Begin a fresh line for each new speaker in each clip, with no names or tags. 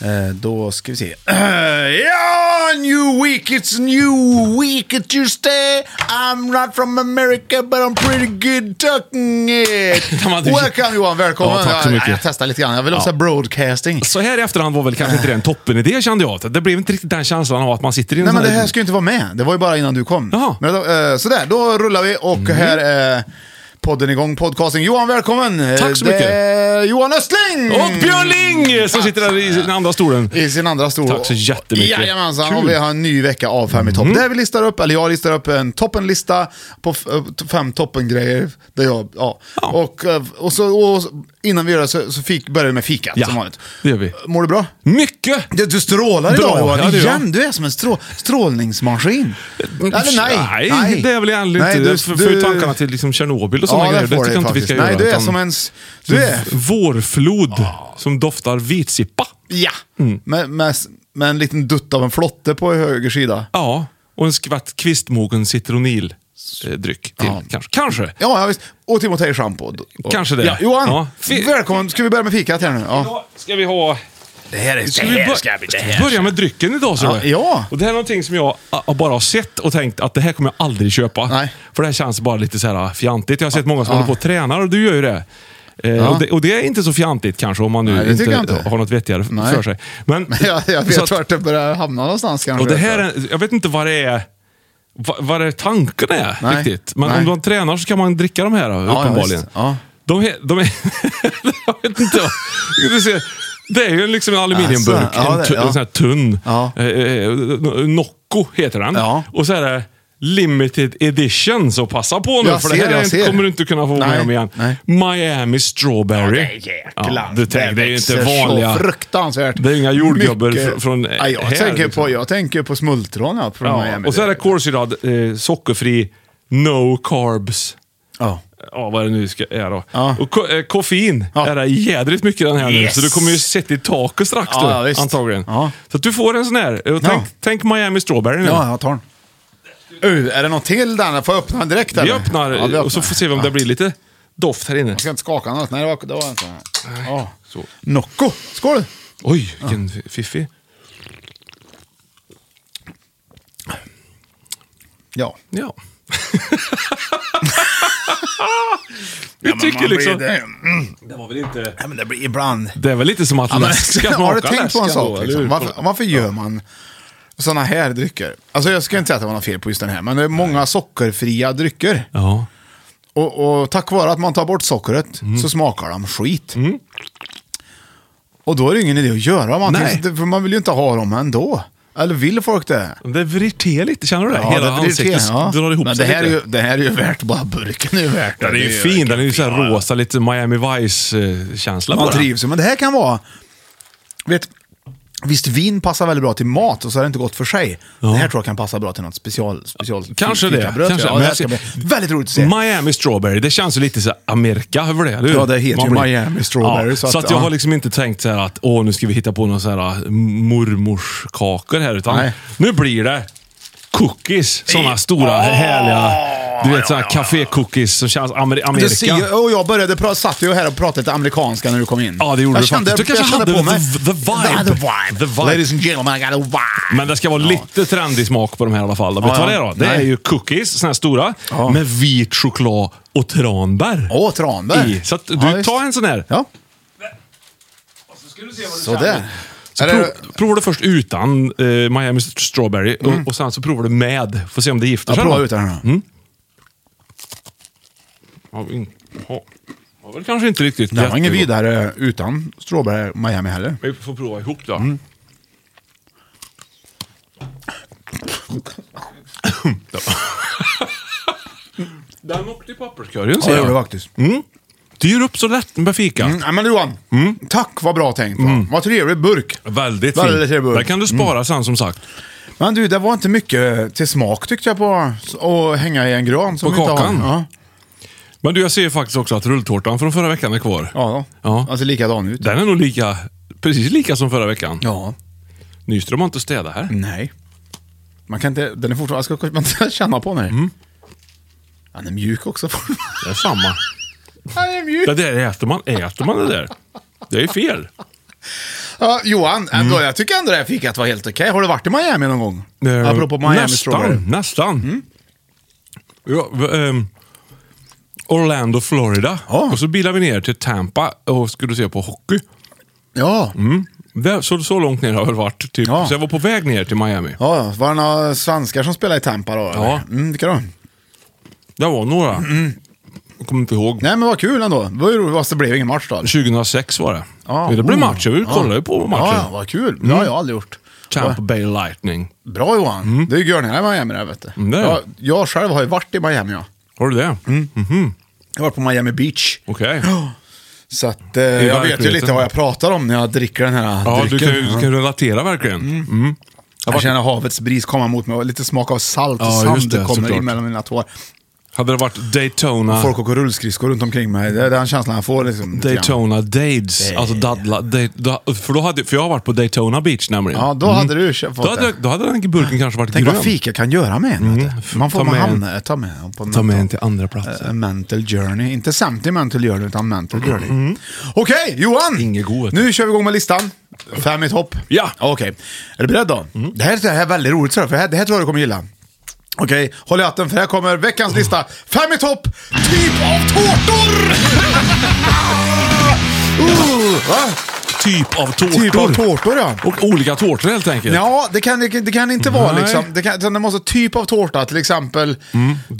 Eh, då ska vi se. ja, new week, it's new week, it's Tuesday. I'm not from America but I'm pretty good talking it.
Kan man inte-
Welcome Johan, välkommen.
Ja, tack så mycket.
Jag, jag testar lite grann, jag vill också ha broadcasting.
Så här i efterhand var väl kanske inte det en toppenidé kände jag. Det blev inte riktigt den känslan av att man sitter i en
Nej
sån
men det här ska ju inte vara med, det var ju bara innan du kom.
Jaha. Mm.
Men, då, eh, sådär, då rullar vi och här är podden igång, podcasting. Johan, välkommen.
Tack så
Det
mycket.
är Johan Östling!
Och Björn Ling som sitter där i den andra stolen.
I sin andra stol.
Tack så jättemycket.
Jajamensan, och
Kul. Mm.
vi har en ny vecka av Fem i topp. Där vi listar upp, eller jag listar upp en toppenlista på f- eh, fem toppengrejer. Där jag, ja. Och, eh, och, så, och innan vi gör det så, så fik, börjar vi med fikat
Ja,
som vanligt.
det gör vi.
Mår du bra?
Mycket!
Du, du strålar
Bra,
idag Johan,
ja, det gör jag. Eh,
igen. Du är som en strå, strålningsmaskin. Eller nej.
nej. det är väl egentligen
Nej,
inte...
du-
Du, för,
du-
för tankarna till liksom Tjernobyl och sådana
Ja,
grejer.
det
Det
får
tycker
det
jag inte vi ska
faktiskt.
göra.
Nej, du är
utan- Mm.
som en... s- Du är...
Vårflod som doftar vitsippa.
Ja.
Mm.
Med, med, med en liten dutt av en flotte på höger sida.
Ja, och en skvätt kvistmogen citronil. eh, Dryck till,
Ja.
kanske. kanske.
Ja, ja visst. Och Timotej Schampo. Och-
Kanske det.
Ja, Johan,
Ja. Fi-
välkommen. Ska vi börja med fikat här nu? Ja.
Idag ska vi ha...
Det här är
Ska vi, bör- ska vi börja med drycken idag? Så
Ja, ja.
Och det här är någonting som jag ah, bara har sett och tänkt att det här kommer jag aldrig köpa.
Nej.
För det här känns bara lite så här ah, fjantigt. Jag har sett många som håller på och tränar och du gör ju det. Eh, och, det, och det är inte så fjantigt kanske om man nu
Nej, det
inte,
tycker jag inte.
har något vettigare
Nej.
för sig. Men,
Jag, jag
så
vet
att-
vart det börjar hamna någonstans kanske.
och det här är, jag vet inte vad det är, vad, vad det är tanken är
Nej.
riktigt. Men
Nej.
om man tränar så kan man dricka de här
ja,
uppenbarligen.
visst. Ja.
De, he- de är... jag vet inte. vad- Du ser, det är ju liksom en aluminiumburk.
Alltså, ja,
en,
det-
tu-
ja.
en sån här tunn.
Ja.
Eh, eh, no- Nocco heter den.
Ja.
Och så är det limited edition, så passa på nu.
Jag
för
ser,
det
jag
här
ser.
kommer du inte kunna få vara
Nej,
med om igen.
nej.
Miami Strawberry. Ja, du tänker, det är ju inte vanliga...
Så fruktansvärt.
Det är ju inga jordgubbar fr- från
ja, jag,
här,
tänker
liksom.
på, jag tänker på smultron ja, från
Ja,
Miami.
och så är det kolsyrad, eh, sockerfri, no carbs.
Ja.
Ja, vad det nu ska, är då.
Ja.
Och ko- eh, koffein
Ja.
är det jädrigt mycket i den här
Yes.
nu, så du kommer ju sätta i taket strax
Ja,
du,
ja, visst.
antagligen.
Ja.
Så att du får en sån här. Och tänk,
Ja.
tänk Miami Strawberry nu.
Ja, jag tar den. Uh, är det något till den? Får jag öppna den direkt?
vi,
eller?
öppnar,
Ja, vi
och så får vi se om
Ja.
det blir lite doft här inne.
Jag ska inte skaka något. Nej, det var, det var inte... Ja.
Så.
Nocco. Skål!
Oj, vilken f- fiffig.
Ja.
Ja. Jag tycker
man blir
liksom...
Det, Mm.
Det var väl inte...
ja, men det blir ibland...
Det är väl lite som att
Ja, men,
läsk ska
har du
smaka
tänkt på en
läsk ändå,
sak?
eller
Liksom?
hur?
Varför, varför gör man sådana här drycker? Alltså jag ska inte säga att det var något fel på just den här, men det är många sockerfria drycker.
Ja.
Och, och tack vare att man tar bort sockret
Mm.
så smakar de skit. Och då är det ingen idé att göra man
Nej.
tänker- för man vill ju inte ha dem ändå. Eller vill folk det?
Det vriter lite, känner du det? Hela
det blir
ansiktet
irriterande, ja.
drar ihop
men det
sig
här, är
lite.
ju, det här är ju värt, bara burken är ju värt
Ja, det är ju fin. Den är ju så här rosa, lite Miami Vice-känsla
Man
på den.
trivs ju, men det här kan vara... Vet, Visst, vin passar väldigt bra till mat och så är det inte gott för sig. Det här tror jag kan passa bra till något special, special
Kanske det,
fikabröd, tror
kanske.
jag.
Men
Ja, det här
jag
ska bli
ser-
väldigt roligt att se.
Miami Strawberry, det känns ju lite så här Amerika över det. eller hur?
Ja, det heter
Man
ju Miami Strawberry,
Ja, så
så
att,
att,
jag
ja.
har liksom inte tänkt så här att åh, nu ska vi hitta på några så här äh, mormorskakor här. Utan
Nej.
nu blir det cookies. Sådana stora härliga, du vet sådana café-cookies som känns Amer-
Du ser,
Amerika.
E och jag började pra- satt ju här och pratade lite amerikanska när du kom in.
Ja, det gjorde
jag
du
kände,
faktiskt. Du
jag
kanske
kände
hade
på mig.
the- the vibe.
Ja, the vibe.
The vibe.
Ladies and gentlemen, I got a vibe.
Men det ska vara lite trendig smak på de här i alla fall. Vet du
Ja,
vad det är då?
ja.
Det
Nej.
är ju cookies, såna här stora, med vit choklad och tranbär.
Åh, tranbär.
I. Så att du
Ja, visst.
tar en sån här.
Ja, sådär.
Så
Är
prov,
det-
provar du först utan eh, Miami Strawberry och, och sen så provar du med. Får se om det gifter
Jag
sig.
provar
då.
Mm.
Mm.
ut den här nu.
Ja, in- ja. Det var väl kanske inte riktigt
Den var ingen
jättegott.
vidare utan stråbär Miami heller.
Vi får prova ihop då.
Mm.
Ja. den åkte i papperskorgen ser jag.
faktiskt.
Det gör upp så lätt med fika.
Mm, ja, men Johan, tack vad bra tänkt. va? Vad trevlig burk.
Väldigt fint.
Väldigt trevlig burk. Mm.
Där kan du spara sen som sagt.
Men du, det var inte mycket till smak tyckte jag på att hänga i en gran. Som
På
vi inte
kakan?
Har. Ja,
Men du, jag ser faktiskt också att rulltårtan från förra veckan är kvar.
ja,
Ja.
ja. Alltså likadan ut.
Den är nog lika, precis lika som förra veckan.
Ja.
Nyström har inte städat här.
Nej. Man kan inte, den är fortfarande, jag ska man ska känna på den här. Den är mjuk också.
Det är samma.
den är mjuk.
Det där äter man. Äter man det där? Det är ju fel.
Ja, Johan, ändå, jag tycker ändå det här fikat var helt okej. Har du varit i Miami någon gång?
Eh,
Apropå Miami Mm. Strawberry.
Nästan. Nästan. Ja, v- ehm, Orlando, Florida.
Ja.
Och så bilade vi ner till Tampa och skulle se på hockey.
Ja.
Där, så, så långt ner har jag varit. Typ.
Ja.
Så jag var på väg ner till Miami.
ja. Var det några svenskar som spelade i Tampa då?
Ja.
Mm, vilka då?
Det var några.
Mm,
Jag kommer inte ihåg.
Nej men vad kul ändå. Det var ju roligt, fast det blev ingen match då.
2006 var det.
Ja,
det blev
oh.
match. Jag
Ja.
kollade ju på matchen. Mm.
Ja, vad kul. Det har jag aldrig gjort.
Tampa Bay Lightning.
Bra Johan. Det är ju görnära i Miami där vet du.
Mm, det är det.
jag, jag själv har ju varit i Miami ja.
Har du det?
Mm. Jag har varit på Miami Beach.
Okej.
Så att, eh, jag vet ju
verkligheten.
lite vad jag pratar om när jag dricker den här
Ja, du
drycken.
kan, ju- du kan relatera verkligen. Mm.
Jag känner havets bris komma mot mig och lite smak av salt och
Ja, just
sand
det,
kommer
såklart.
in mellan mina tår.
Hade det varit Daytona...
Folk åker rullskridskor runt omkring mig. Det är den känslan jag får. Liksom, lite grann.
Daytona Dades. Alltså Dadla. Day, da, för, då hade, för jag har varit på Daytona Beach nämligen.
Ja, då hade du fått
Mm. då, hade,
det.
då hade den burken kanske varit
Tänk
grön. Mm.
vad fika kan göra med en. vet du. Man
Ta
får man
med en-
hamna, ta med en på en
Ta med
mental-
en till andra
eh,
platsen.
en mental journey. Inte sentimental journey, utan mental journey. Okej, Johan!
Mm. Inget god.
Nu kör vi igång med listan. Fem i topp.
Ja. Mm.
Okej. Är du beredd då? Det, här, det här är väldigt roligt, tror jag, för det här, det här tror jag du kommer gilla. Okej, håll i hatten för här kommer veckans lista. Fem i topp, typ av tårtor! uh, va?
Typ av tårtor.
Typ av tårtor, ja.
Och olika tårtor helt enkelt.
Ja, det kan, det, kan- det kan inte vara
Nej. Mm.
liksom. Det, kan, utan det måste vara typ av tårta till exempel.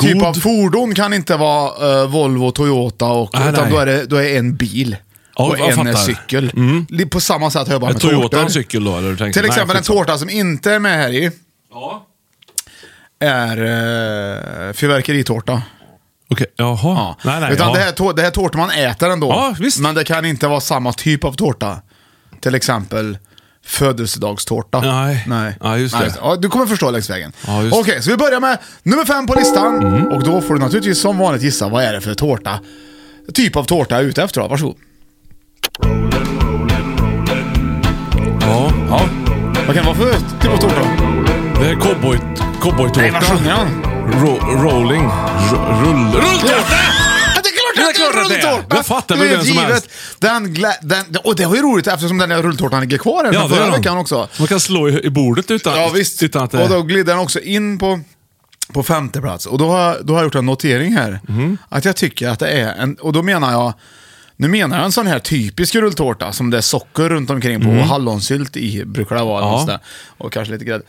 Typ
God.
av fordon kan inte vara eh, Volvo, Toyota och...
Nej,
utan
Ah, nej.
Då, är det, då är det en bil.
Ja,
och
jag
en
fattar. Mm.
cykel. Li- På samma sätt har jag bara
Är
med
Toyota
tårtor.
en cykel då? Eller du tänkte,
Till exempel
nej,
en tårta som inte är med här i
Ja.
är uh, fyrverkeritårta.
Okej, jaha.
Ja.
Nej, nej,
Utan
ja.
det, här, tå- det här tårtor man äter ändå.
Ja, visst.
Men det kan inte vara samma typ av tårta. Till exempel födelsedagstårta.
Nej.
Nej.
Ja, just det.
Ja, du kommer förstå längs vägen.
Ja, just Mm.
Okej, så vi börjar med nummer fem på listan. Och då får du naturligtvis som vanligt gissa vad är det för tårta. Typ av tårta jag är ute efter. då. Varsågod.
ja. ja.
Vad kan det vara för typ av tårta?
Det är cowboy, cowboytårta.
Nej, vad sjunger han?
Ro, rolling. Ro, rull, rulltårta!
Ja, Det
Det är
är klart
klart att
att
det är.
rulltårta!
Jag fattar
Det är
väl vem som
givet.
helst.
Den glä, den, och det var ju roligt eftersom den där rulltårtan ligger kvar här
Ja,
från
det
förra
är de.
veckan också.
Man kan slå i, i bordet utan,
Ja visst.
utan att det...
Och då glider han också in på, på femte plats. Och då har, jag- då har jag gjort en notering här.
Mhm.
Att jag tycker att det är en, och då menar jag, nu menar jag en sån här typisk rulltårta som det är socker runt omkring på och hallonsylt i brukar det vara. eller
Mhm. Ja.
något sånt där. Och kanske lite grädde.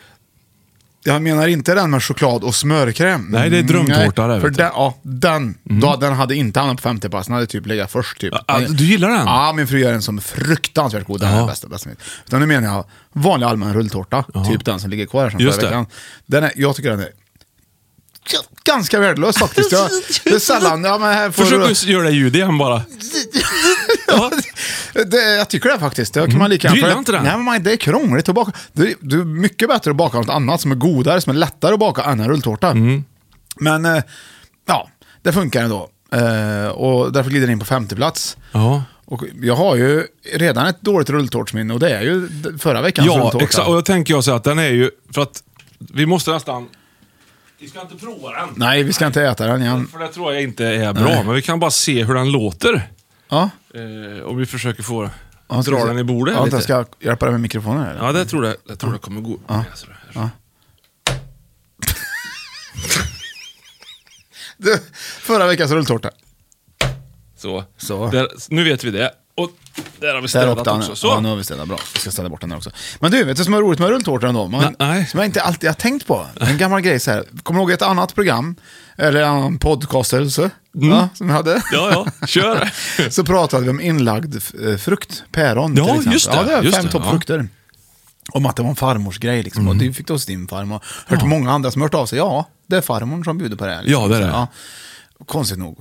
Jag menar inte den med choklad och smörkräm.
Nej, det är drömtårta
Nej,
det,
För
vet du. Mhm.
den, ja, den, då, den hade inte hamnat på femte plats, den hade typ legat först. Typ.
Ja, du gillar den?
Ja, min fru gör den som fruktansvärt god. Den
Ja.
är den bästa, bästa mitt. Utan nu menar jag vanlig allmän rulltårta, typ den som ligger kvar här sedan
Just det.
förra veckan. Den är, jag tycker den är g- ganska värdelös faktiskt. Jag, det är sällan... Ja, men här får
Försök
du,
att göra det ljud igen bara. Ja.
Det, jag tycker det faktiskt. Det kan man
Du
lika gärna-
gillar
för-
inte den?
Nej, men man- det är krångligt att baka. Det, det är mycket bättre att baka något annat som är godare, som är lättare att baka än en rulltårta.
Mm.
Men eh, ja, det funkar ändå. Eh, och därför glider den in på femte plats.
Ja.
Och jag har ju redan ett dåligt rulltårtsminne och det är ju d- förra veckans
Ja,
rulltårta.
exakt. Och då tänker jag så här att den är ju... För att vi måste nästan... Vi ska inte prova den.
Nej, vi ska inte äta den igen.
För det tror jag inte är bra. Men vi kan bara se hur den låter.
Ja.
Eh, om vi försöker få
Ja, ska vi
dra
se.
den i bordet
Ja,
här lite.
Jag ska jag hjälpa dig med mikrofonen. Eller?
Ja, det tror jag, jag, tror det kommer gå. Alltså, här.
Du, förra veckans rulltårta.
Så.
Så.
Där, nu vet vi det. Och där har vi
Där uppe
städat
den.
också. Så.
Ja, nu har vi städat bra. Vi ska städa bort den här också. Men du, vet du som är roligt med rulltårtor ändå? Man,
Nej.
Som jag inte alltid har tänkt på. En gammal grej så här. Kommer du ihåg ett annat program? Eller en annan podcast eller så? Ja, som jag hade.
Mm. Ja, ja. Kör.
så pratade vi om inlagd eh, frukt, päron
Ja,
till exempel.
just det,
Ja, det är
just
fem
det, Mm.
toppfrukter. Om att det var en farmors grej liksom. Och du fick det hos din farmor. Hört många andra som hört av sig. Ja, det är farmor som bjuder på det. här, Liksom.
Ja, det är det.
Så, Konstigt nog.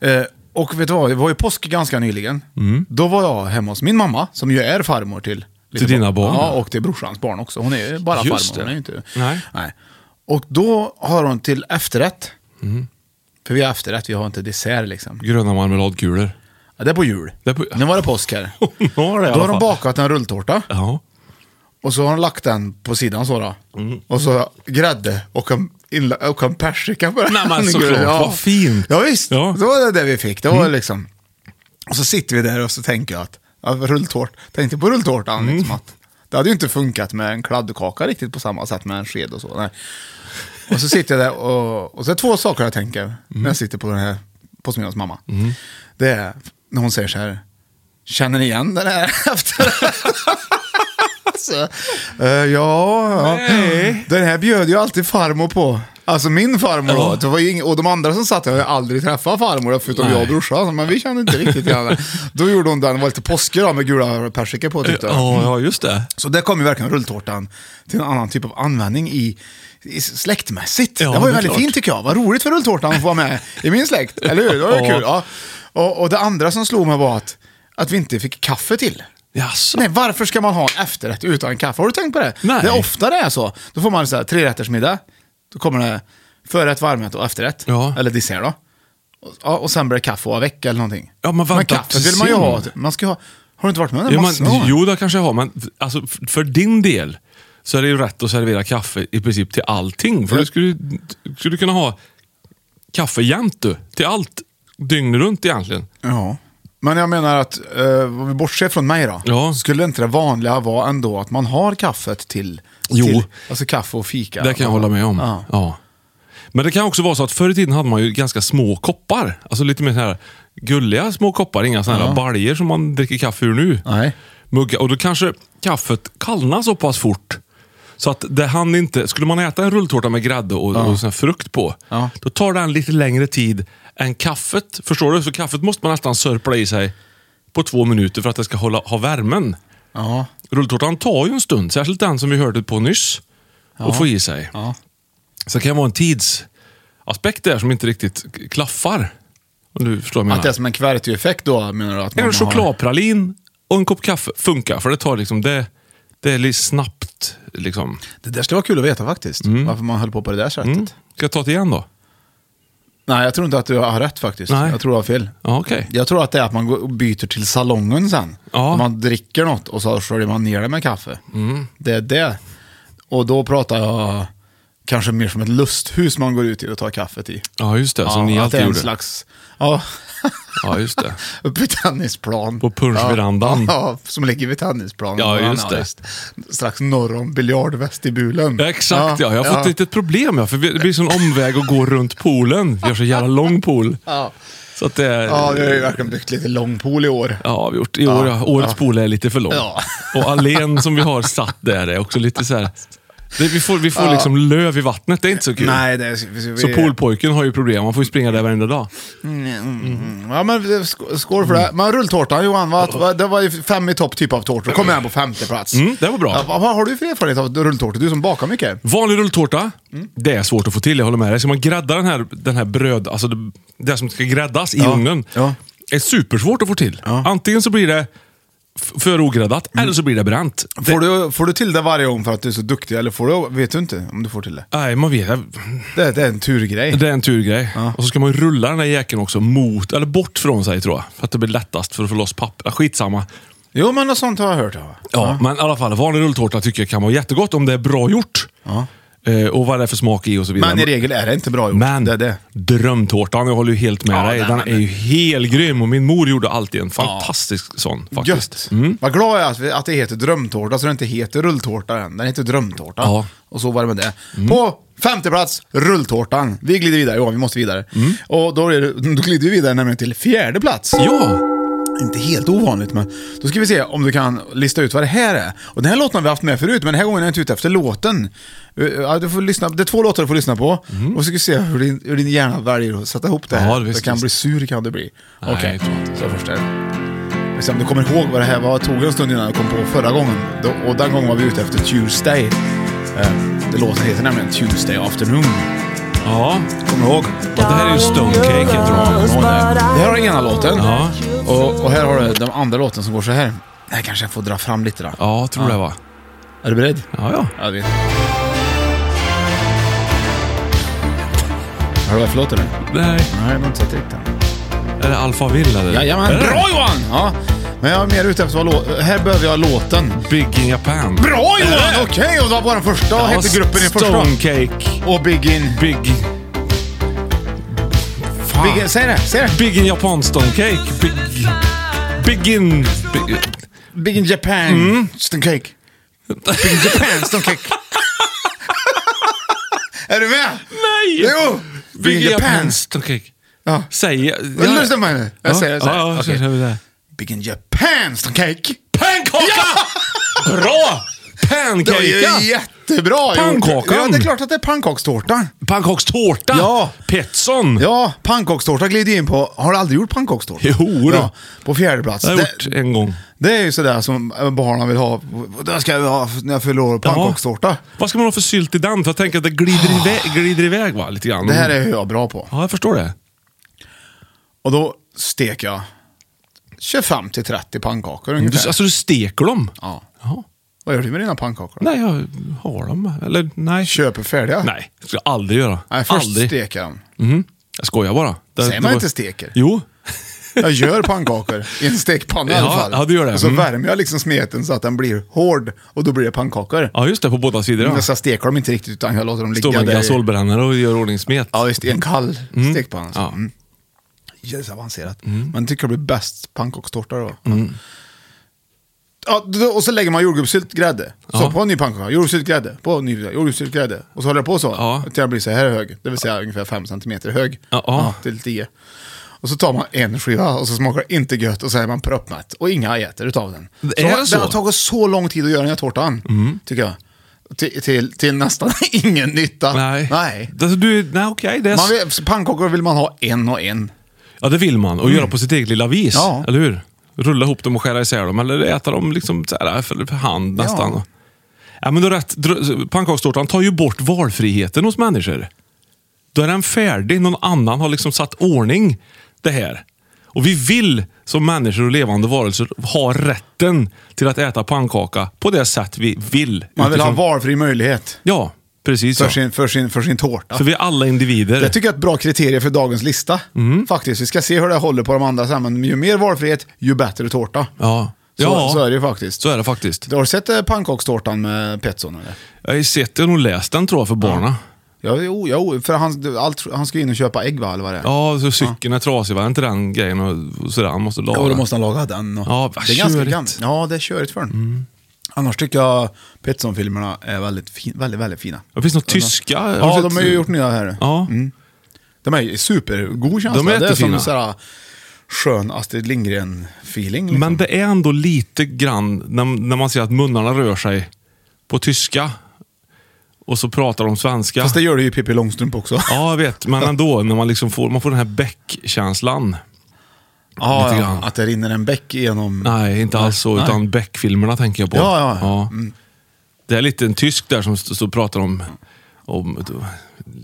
Eh, och vet du vad, det var ju påsk ganska nyligen.
Mm.
Då var jag hemma hos min mamma, som ju är farmor till... liksom,
Till dina barn?
Ja, och till brorsans barn också. Hon är ju bara
Just
farmor.
det.
Hon är ju inte...
Nej.
Och då har hon till efterrätt,
Mm.
för vi har efterrätt, vi har inte dessert liksom.
Gröna marmeladkulor.
Ja, det är på jul.
Det är på-
Nu var det påsk här.
Nu var det i
då
alla
har
fall.
de bakat en rulltårta
Ja.
och så har de lagt den på sidan så då.
Mm.
Och så grädde och en, inla- och en persika på den.
Nej, men såklart. Vad fint.
Ja visst,
Ja. Mm.
då var det det vi fick. Det var liksom... Och så sitter vi där och så tänker jag att, ja, rulltårt, tänkte på rulltårtan
Mm.
liksom att det hade ju inte funkat med en kladdkaka riktigt på samma sätt med en sked och så. Nej. Och så sitter jag där och, och så är det två saker jag tänker när
Mm.
jag sitter på den här postmiddagens mamma. Det är när hon säger så här, känner ni igen den här efter? alltså, eh, ja, ja. den här bjöd ju alltid farmor på. Alltså min farmor då, det var ju ing- och de andra som satt där har ju aldrig träffat farmor förutom jag och brorsan, men vi kände inte riktigt igen den. Då gjorde hon den, det var lite påske då med gula persikor på tyckte jag.
Ja, ja, just det.
Så där kom ju verkligen rulltårtan till en annan typ av användning i, i släktmässigt.
Ja,
det var
det
ju
är
väldigt
klart.
fint tycker jag. Vad roligt för rulltårtan att få vara med i min släkt. Eller hur? Det var ju
Ja.
kul. Ja. Och, och det andra som slog mig var att, att vi inte fick kaffe till.
Jaså?
Nej, varför ska man ha en efterrätt utan kaffe? Har du tänkt på det?
Nej.
Det är ofta det är så. Då får man så här, trerättersmiddag. Då kommer det förrätt, varmrätt och efterrätt.
Ja.
Eller dessert då. Och, ja, och sen blir det kaffe och avec eller någonting.
Ja, men vänta,
kaffe vill man ju
sen.
ha. Man ska ju ha. Har du inte varit med om det?
Ja,
Massor av
men,
gånger.
jo, det kanske jag har, men f- alltså, f- för din del så är det ju rätt att servera kaffe i princip till allting. För
Ja.
du skulle, du skulle kunna ha kaffe jämt du, till allt. Dygnet runt egentligen.
Ja. Men jag menar att, eh, om vi bortser från mig då,
Ja.
skulle inte det vanliga vara ändå att man har kaffet till,
Jo.
till alltså kaffe och fika?
Det kan jag hålla med om.
Ja.
Ja. Men det kan också vara så att förr i tiden hade man ju ganska små koppar. Alltså lite mer så här gulliga små koppar, inga sådana här baljor som man dricker kaffe ur nu.
Nej.
Mugga. Och då kanske kaffet kallnar så pass fort. Så att det hann inte... Skulle man äta en rulltårta med grädde och, och sån här frukt på,
Ja.
då tar den lite längre tid än kaffet. Förstår du? Så kaffet måste man nästan sörpla i sig på två minuter för att det ska hålla, ha värmen.
Ja.
Rulltårtan tar ju en stund, särskilt den som vi hörde på nyss, att få i sig.
Ja.
Så det kan vara en tidsaspekt där som inte riktigt k- klaffar. Om du förstår vad jag menar.
Att det är som en kvarteffekt då menar du? Att man
En
Har...
chokladpralin och en kopp kaffe funkar, för det tar liksom det, det är lite snabbt. Liksom.
Det där skulle vara kul att veta faktiskt, varför man höll på på det där sättet.
Mm. Ska jag ta det igen då?
Nej, jag tror inte att du har rätt faktiskt.
Nej.
Jag tror du har fel.
Ja, okej.
Jag tror att det är att man går och byter till salongen sen.
Ja. Mm.
När Man dricker något och så sköljer man ner det med kaffe. Det är det. Och då pratar jag kanske mer som ett lusthus man går ut i och tar kaffet i.
Ja, just det. Som ni
att det
alltid
är en
gjorde.
slags... Ja,
Ja, just det.
uppe vid tennisplan.
På punschverandan.
Ja, ja, som ligger vid tennisplanen.
Ja, just det.
Strax norr om biljardvestibulen.
Ja, Exakt ja. Jag har fått ett litet problem. Ja, för det blir sån omväg att gå runt poolen. Vi har så jävla lång pool.
Ja.
Så att det är,
Ja, vi har ju verkligen byggt lite långpool i år.
Ja, vi har gjort. I år,
Ja,
årets
ja.
pool är lite för lång.
Ja.
Och allén som vi har satt där är också lite så här... Det, vi får, vi får liksom löv i vattnet, det är inte så kul.
Nej, det är... vi-
Så poolpojken har ju problem, man får ju springa där varenda dag.
Ja, men det- sk- skål för
Mm.
det. Men rulltårtan Johan, vad- vad- det var ju fem i topp typ av tårtor. Då kommer den på femte plats.
Mm, det var bra.
Ja, vad vad har du för erfarenhet av rulltårtor? Du som bakar mycket.
Vanlig rulltårta,
Mm.
det är svårt att få till, jag håller med dig. Ska man grädda den här, den här bröd, alltså det, det som ska gräddas i ugnen,
ja.
är supersvårt att få till.
Ja. Mm.
Antingen så blir det f- för ogräddat, eller så blir det bränt. Det,
Får du, får du till det varje gång för att du är så duktig, eller får du, vet du inte om du får till det?
nej, man vet.
Det, det är en turgrej.
Det är en turgrej. Och så ska man ju rulla den där jäkeln också mot, eller bort från sig tror jag. För att det blir lättast för att få loss papper. Ah, Skitsamma.
Jo, men något sånt har jag hört. Ja.
Ja, men i alla fall. Vanlig rulltårta tycker jag kan vara jättegott om det är bra gjort. Eh, och vad det är för smak i och så vidare.
Men i regel är det inte bra gjort.
Men
Det är det.
drömtårtan, jag håller ju helt med
Ja,
dig.
den-
Den är ju helgrym och min mor gjorde alltid en fantastisk sån. Faktiskt. Mm.
Gött. Vad glad jag är att, vi, att det heter drömtårta så det inte heter rulltårta än. Den heter drömtårta.
Ja. Mm.
Och så var det med det. På femte plats, rulltårtan. Vi glider vidare, Johan. Vi måste vidare.
Mm.
Och då, är det, då glider vi vidare nämligen till fjärde plats.
Ja!
Inte helt ovanligt, men då ska vi se om du kan lista ut vad det här är. Och den här låten har vi haft med förut, men den här gången är jag inte ute efter låten. Eh, ja, Du får lyssna, det är två låtar du får lyssna på, och så ska vi se hur din, hur din hjärna väljer att sätta ihop det här.
Mhm. Ja,
det
visst,
kan
visst.
bli sur, kan du bli.
Nej,
Okej,
jag tror inte.
så först är det. Vi ser om du kommer ihåg vad det här var. Det tog en stund innan jag kom på förra gången. Då- Och den gången var vi ute efter Tuesday. Eh, Det låten heter nämligen Tuesday Afternoon.
ja.
Kommer du ihåg?
Det här är ju Stonecake, heter de.
Det här har ena låten.
Ja.
Och, och här har du den andra låten som går så här. Det här kanske jag får dra fram lite då.
Ja, tror det va?
Är du beredd?
Ja, ja.
Ja, det vet jag. Hör du vad för låt eller?
Det här
Nej, jag har inte sett riktigt den.
är det Alfa Villa. eller?
Jajamän.
Är det
Bra
det?
Johan! Ja. Men jag är mer ute efter vad låten... Här behöver jag låten.
Big in Japan.
Bra Johan! Okej, och det var bara den första. Vad hette gruppen i första?
Stonecake.
Och Big In...
Big... Fan.
Big in säg det, säg det.
Big in Japan Stonecake. Big... Big in... Big...
Big In Japan. Stonecake. Big In Japan Stonecake. är du med?
Nej!
Jo!
Big, in Japan Stonecake.
Ja.
Säg... Ja.
Lyssna på mig nu. Jag säger det så
ja,
här.
ja, ja,
Okej.
så kör vi det.
Big in Japan Stonecake.
Pannkaka! Bra!
Det var ju
Pannkaka!
jättebra gjort.
Pannkakan.
Ja, det är klart att det är pannkakstårta.
Pannkakstårta!
Ja.
Petson!
Ja, pannkakstårta glider in på. Har du aldrig gjort pannkakstårta?
Jo då.
Ja, på fjärde plats.
Det har jag
Det,
gjort en gång.
det är ju sådär som barnen vill ha. Det ska jag ha när jag fyller år. Pannkakstårta.
Ja. Vad ska man ha för sylt i den? För jag tänker att det glider iväg, glider iväg va? lite grann.
Det här är jag bra på.
Ja, jag förstår det.
Och då steker jag 25-30 pannkakor
Du,
ungefär.
alltså du steker dem?
Ja.
Jaha.
Vad gör du med dina pannkakor?
Nej, jag har dem. Eller nej.
Köper färdiga?
Nej, det ska jag aldrig göra.
Nej, först
aldrig.
steker jag dem.
Mhm. Jag skojar bara. Det-
Säger
det
man
var-
inte steker?
Jo.
Jag gör pannkakor i en stekpanna i alla
Ja,
fall.
ja, du gör det.
Och så
Mm.
värmer jag liksom smeten så att den blir hård och då blir det pannkakor.
Ja, just det. På båda sidor.
Men
Ja.
så jag steker dem inte riktigt utan jag låter dem ligga
Står med en
där. i-
gasolbrännare och gör ordning smet.
Ja, visst. I en Mm. kall stekpanna. Så.
Ja. Mm.
Mm. Jävligt avancerat. Man tycker det blir bäst pannkakstårta då. Ja, då- och så lägger man jordgubbssylt, grädde. Så
Ja.
på en ny pannkaka, jordgubbssylt, grädde. På en ny jordgubbssylt, grädde. Och så håller jag på så.
Ja.
Till jag blir så här hög. Det vill säga ungefär 5 cm hög.
Ja.
till 10. Och så tar man en skiva och så smakar det inte gött och så är man proppmätt. Och inga äter utav den.
Det är
så
så? Mm.
Den har tagit så lång tid att göra den här tårtan. Tycker jag. Till, till, till nästan ingen nytta.
Nej.
Nej.
Det, du, nej, okej. det är...
Man vill, pannkakor vill man ha en och en.
Ja, det vill man. Och göra på sitt eget lilla vis.
Mm. Ja.
Eller hur? Rulla ihop dem och skära isär dem. Eller äta dem liksom så här, för för hand nästan. Ja. men du har rätt. Dr- Pannkakstårtan tar ju bort valfriheten hos människor. Då är den färdig. Någon annan har liksom satt ordning det här. Och vi vill som människor och levande varelser ha rätten till att äta pannkaka på det sätt vi vill.
Man vill ha
Utifrån-
valfri möjlighet
Ja, precis.
för,
Ja.
sin, för, sin, för sin tårta.
För vi är alla individer.
Det tycker jag är ett bra kriterie för dagens lista.
Mm.
Faktiskt, vi ska se hur det håller på de andra sen, men ju mer valfrihet, ju bättre tårta.
Ja.
Så,
ja,
så är det ju faktiskt.
Så är det faktiskt.
Du har sett eh, pannkakstårtan med Petson eller?
Jag har ju sett den och läst den tror jag för barnen.
Ja, jo, jo, för han, du, allt, han ska ju in och köpa ägg va, eller vad det är?
Ja, så cykeln är trasig, va? Inte den grejen och och sådär. Han måste laga
Ja, och då
den.
måste han laga den. Och
Ja, vad
det är ganska
körigt. Mm.
gammalt. Ja, det är körigt för den. Annars tycker jag Petson-filmerna är väldigt, fin, väldigt, väldigt fina.
Det finns något tyska.
Ja,
du
de
sett-
har ju gjort Mm, nya här.
Ja.
De är ju supergod känsla.
De är
det är som
jättefina.
en sån här skön Astrid Lindgren-feeling. Liksom.
Men det är ändå lite grann när, när man ser att munnarna rör sig på tyska och så pratar de svenska.
Fast det gör det ju Pippi Långstrump också.
Ja, jag vet. Men ändå, när man liksom får, man får den här bäckkänslan.
Ja,
lite
ja,
grann.
att det rinner en bäck genom...
Nej, inte alls så.
Nej. Mm.
Utan Beck-filmerna tänker jag på.
Ja, ja, ja.
Det är lite en tysk där som st- står och pratar om, om då,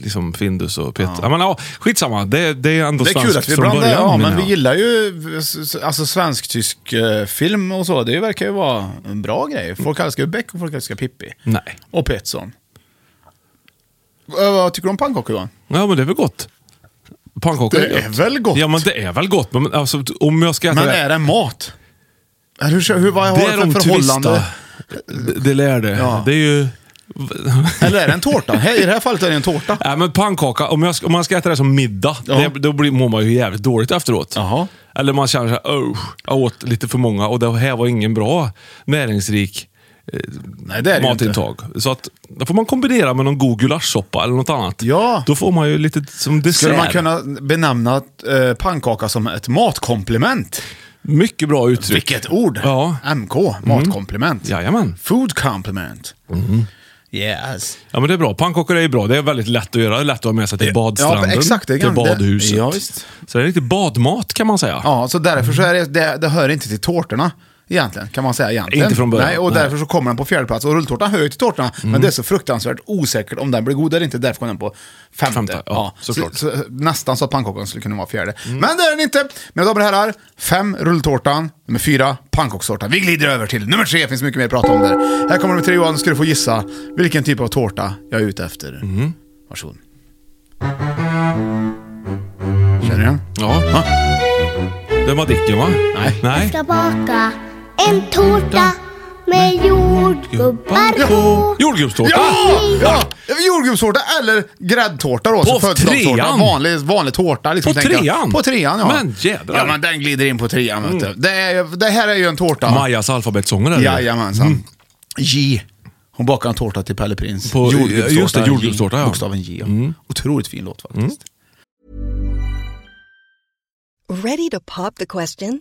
liksom Findus och Peter. Ja. Men, ja, skitsamma, det, det är ändå
Det är kul
svenskt
att vi
från
blandar,
början,
ja,
menar
men vi
jag.
gillar ju s- s- alltså, svensk-tysk eh, film och så. Det verkar ju vara en bra grej. Folk älskar ju Beck och folk älskar Pippi.
Nej.
Och Petson. Eh, vad tycker du om pannkakor Johan?
Ja, men det är väl gott? Pannkakor
Det är väl gott?
Ja, men det är väl gott. Men alltså, om jag ska äta
Men
det...
är det mat? Eller Hur, hur, vad har
det
det för
tvista.
förhållande?
Det, det lär det.
Ja.
Det är ju...
Eller är det en tårta? Här- I det här fallet är det en tårta.
Nej, men pannkaka, om, jag, ska- om man ska äta det som middag,
Ja.
det, då blir, mår man ju jävligt dåligt efteråt.
Jaha.
Eller man känner såhär, "Usch, jag åt lite för många och det här var ingen bra näringsrik
Nej, det är det ju inte.
matintag. Så att, då får man kombinera med någon god gulaschsoppa eller något annat.
Ja.
Då får man ju lite som dessert.
Skulle man kunna benämna eh, pannkaka som ett matkomplement?
Mycket bra uttryck.
Vilket ord!
Ja. Mm.
MK, matkomplement.
Jajamän.
Food complement.
Mm.
Yes.
Ja, men det är bra. Pannkakor är ju bra. Det är väldigt lätt att göra. Det är lätt att ha med sig till
Ja,
badstranden.
exakt. Det är
till
gam- det-
badhuset.
ja, visst.
Så det är lite badmat kan man säga.
Ja, så därför så är det, det, det hör inte till tårtorna. Egentligen, kan man säga egentligen.
Inte från början,
Nej, och
nej. Mm.
därför så kommer den på fjärde plats. Och rulltårtan hör ju till tårtorna, men det är så fruktansvärt osäkert om den blir god eller inte. Därför kom den på femte.
Femte, ja, såklart. Mm.
Så, så, nästan så att pannkakan skulle kunna vara fjärde. Men det är den inte. Mina damer och herrar, fem rulltårtan, nummer fyra pannkakstårta. Vi glider över till nummer tre, finns mycket mer att prata om där. Här kommer nummer tre Johan, nu ska du få gissa vilken typ av tårta jag är ute efter.
Mm.
Varsågod. Känner du den?
Ja.
Ja.
Det var Dicken va?
Nej.
Nej.
ska baka en tårta med jordgubbar på.
Jordgubbstårta!
Ja! ja! Det var Jordgubbstårta eller gräddtårta då.
På
så födelsedagstårta.
trean.
Vanlig, vanlig tårta. Liksom,
På
tänker jag.
trean?
På trean ja.
Men Mm. jädrar.
Ja men den glider in på trean vet du. Det, är, ju- det här är ju en tårta.
Majas alfabetsånger eller?
Jajamensan.
Mm.
J. Hon bakar en tårta till Pelle Prins.
På- just det, jordgubbstårta, ja.
J.
Mm.
Bokstaven J. Ja. Otroligt fin låt faktiskt.
Ready to pop the question?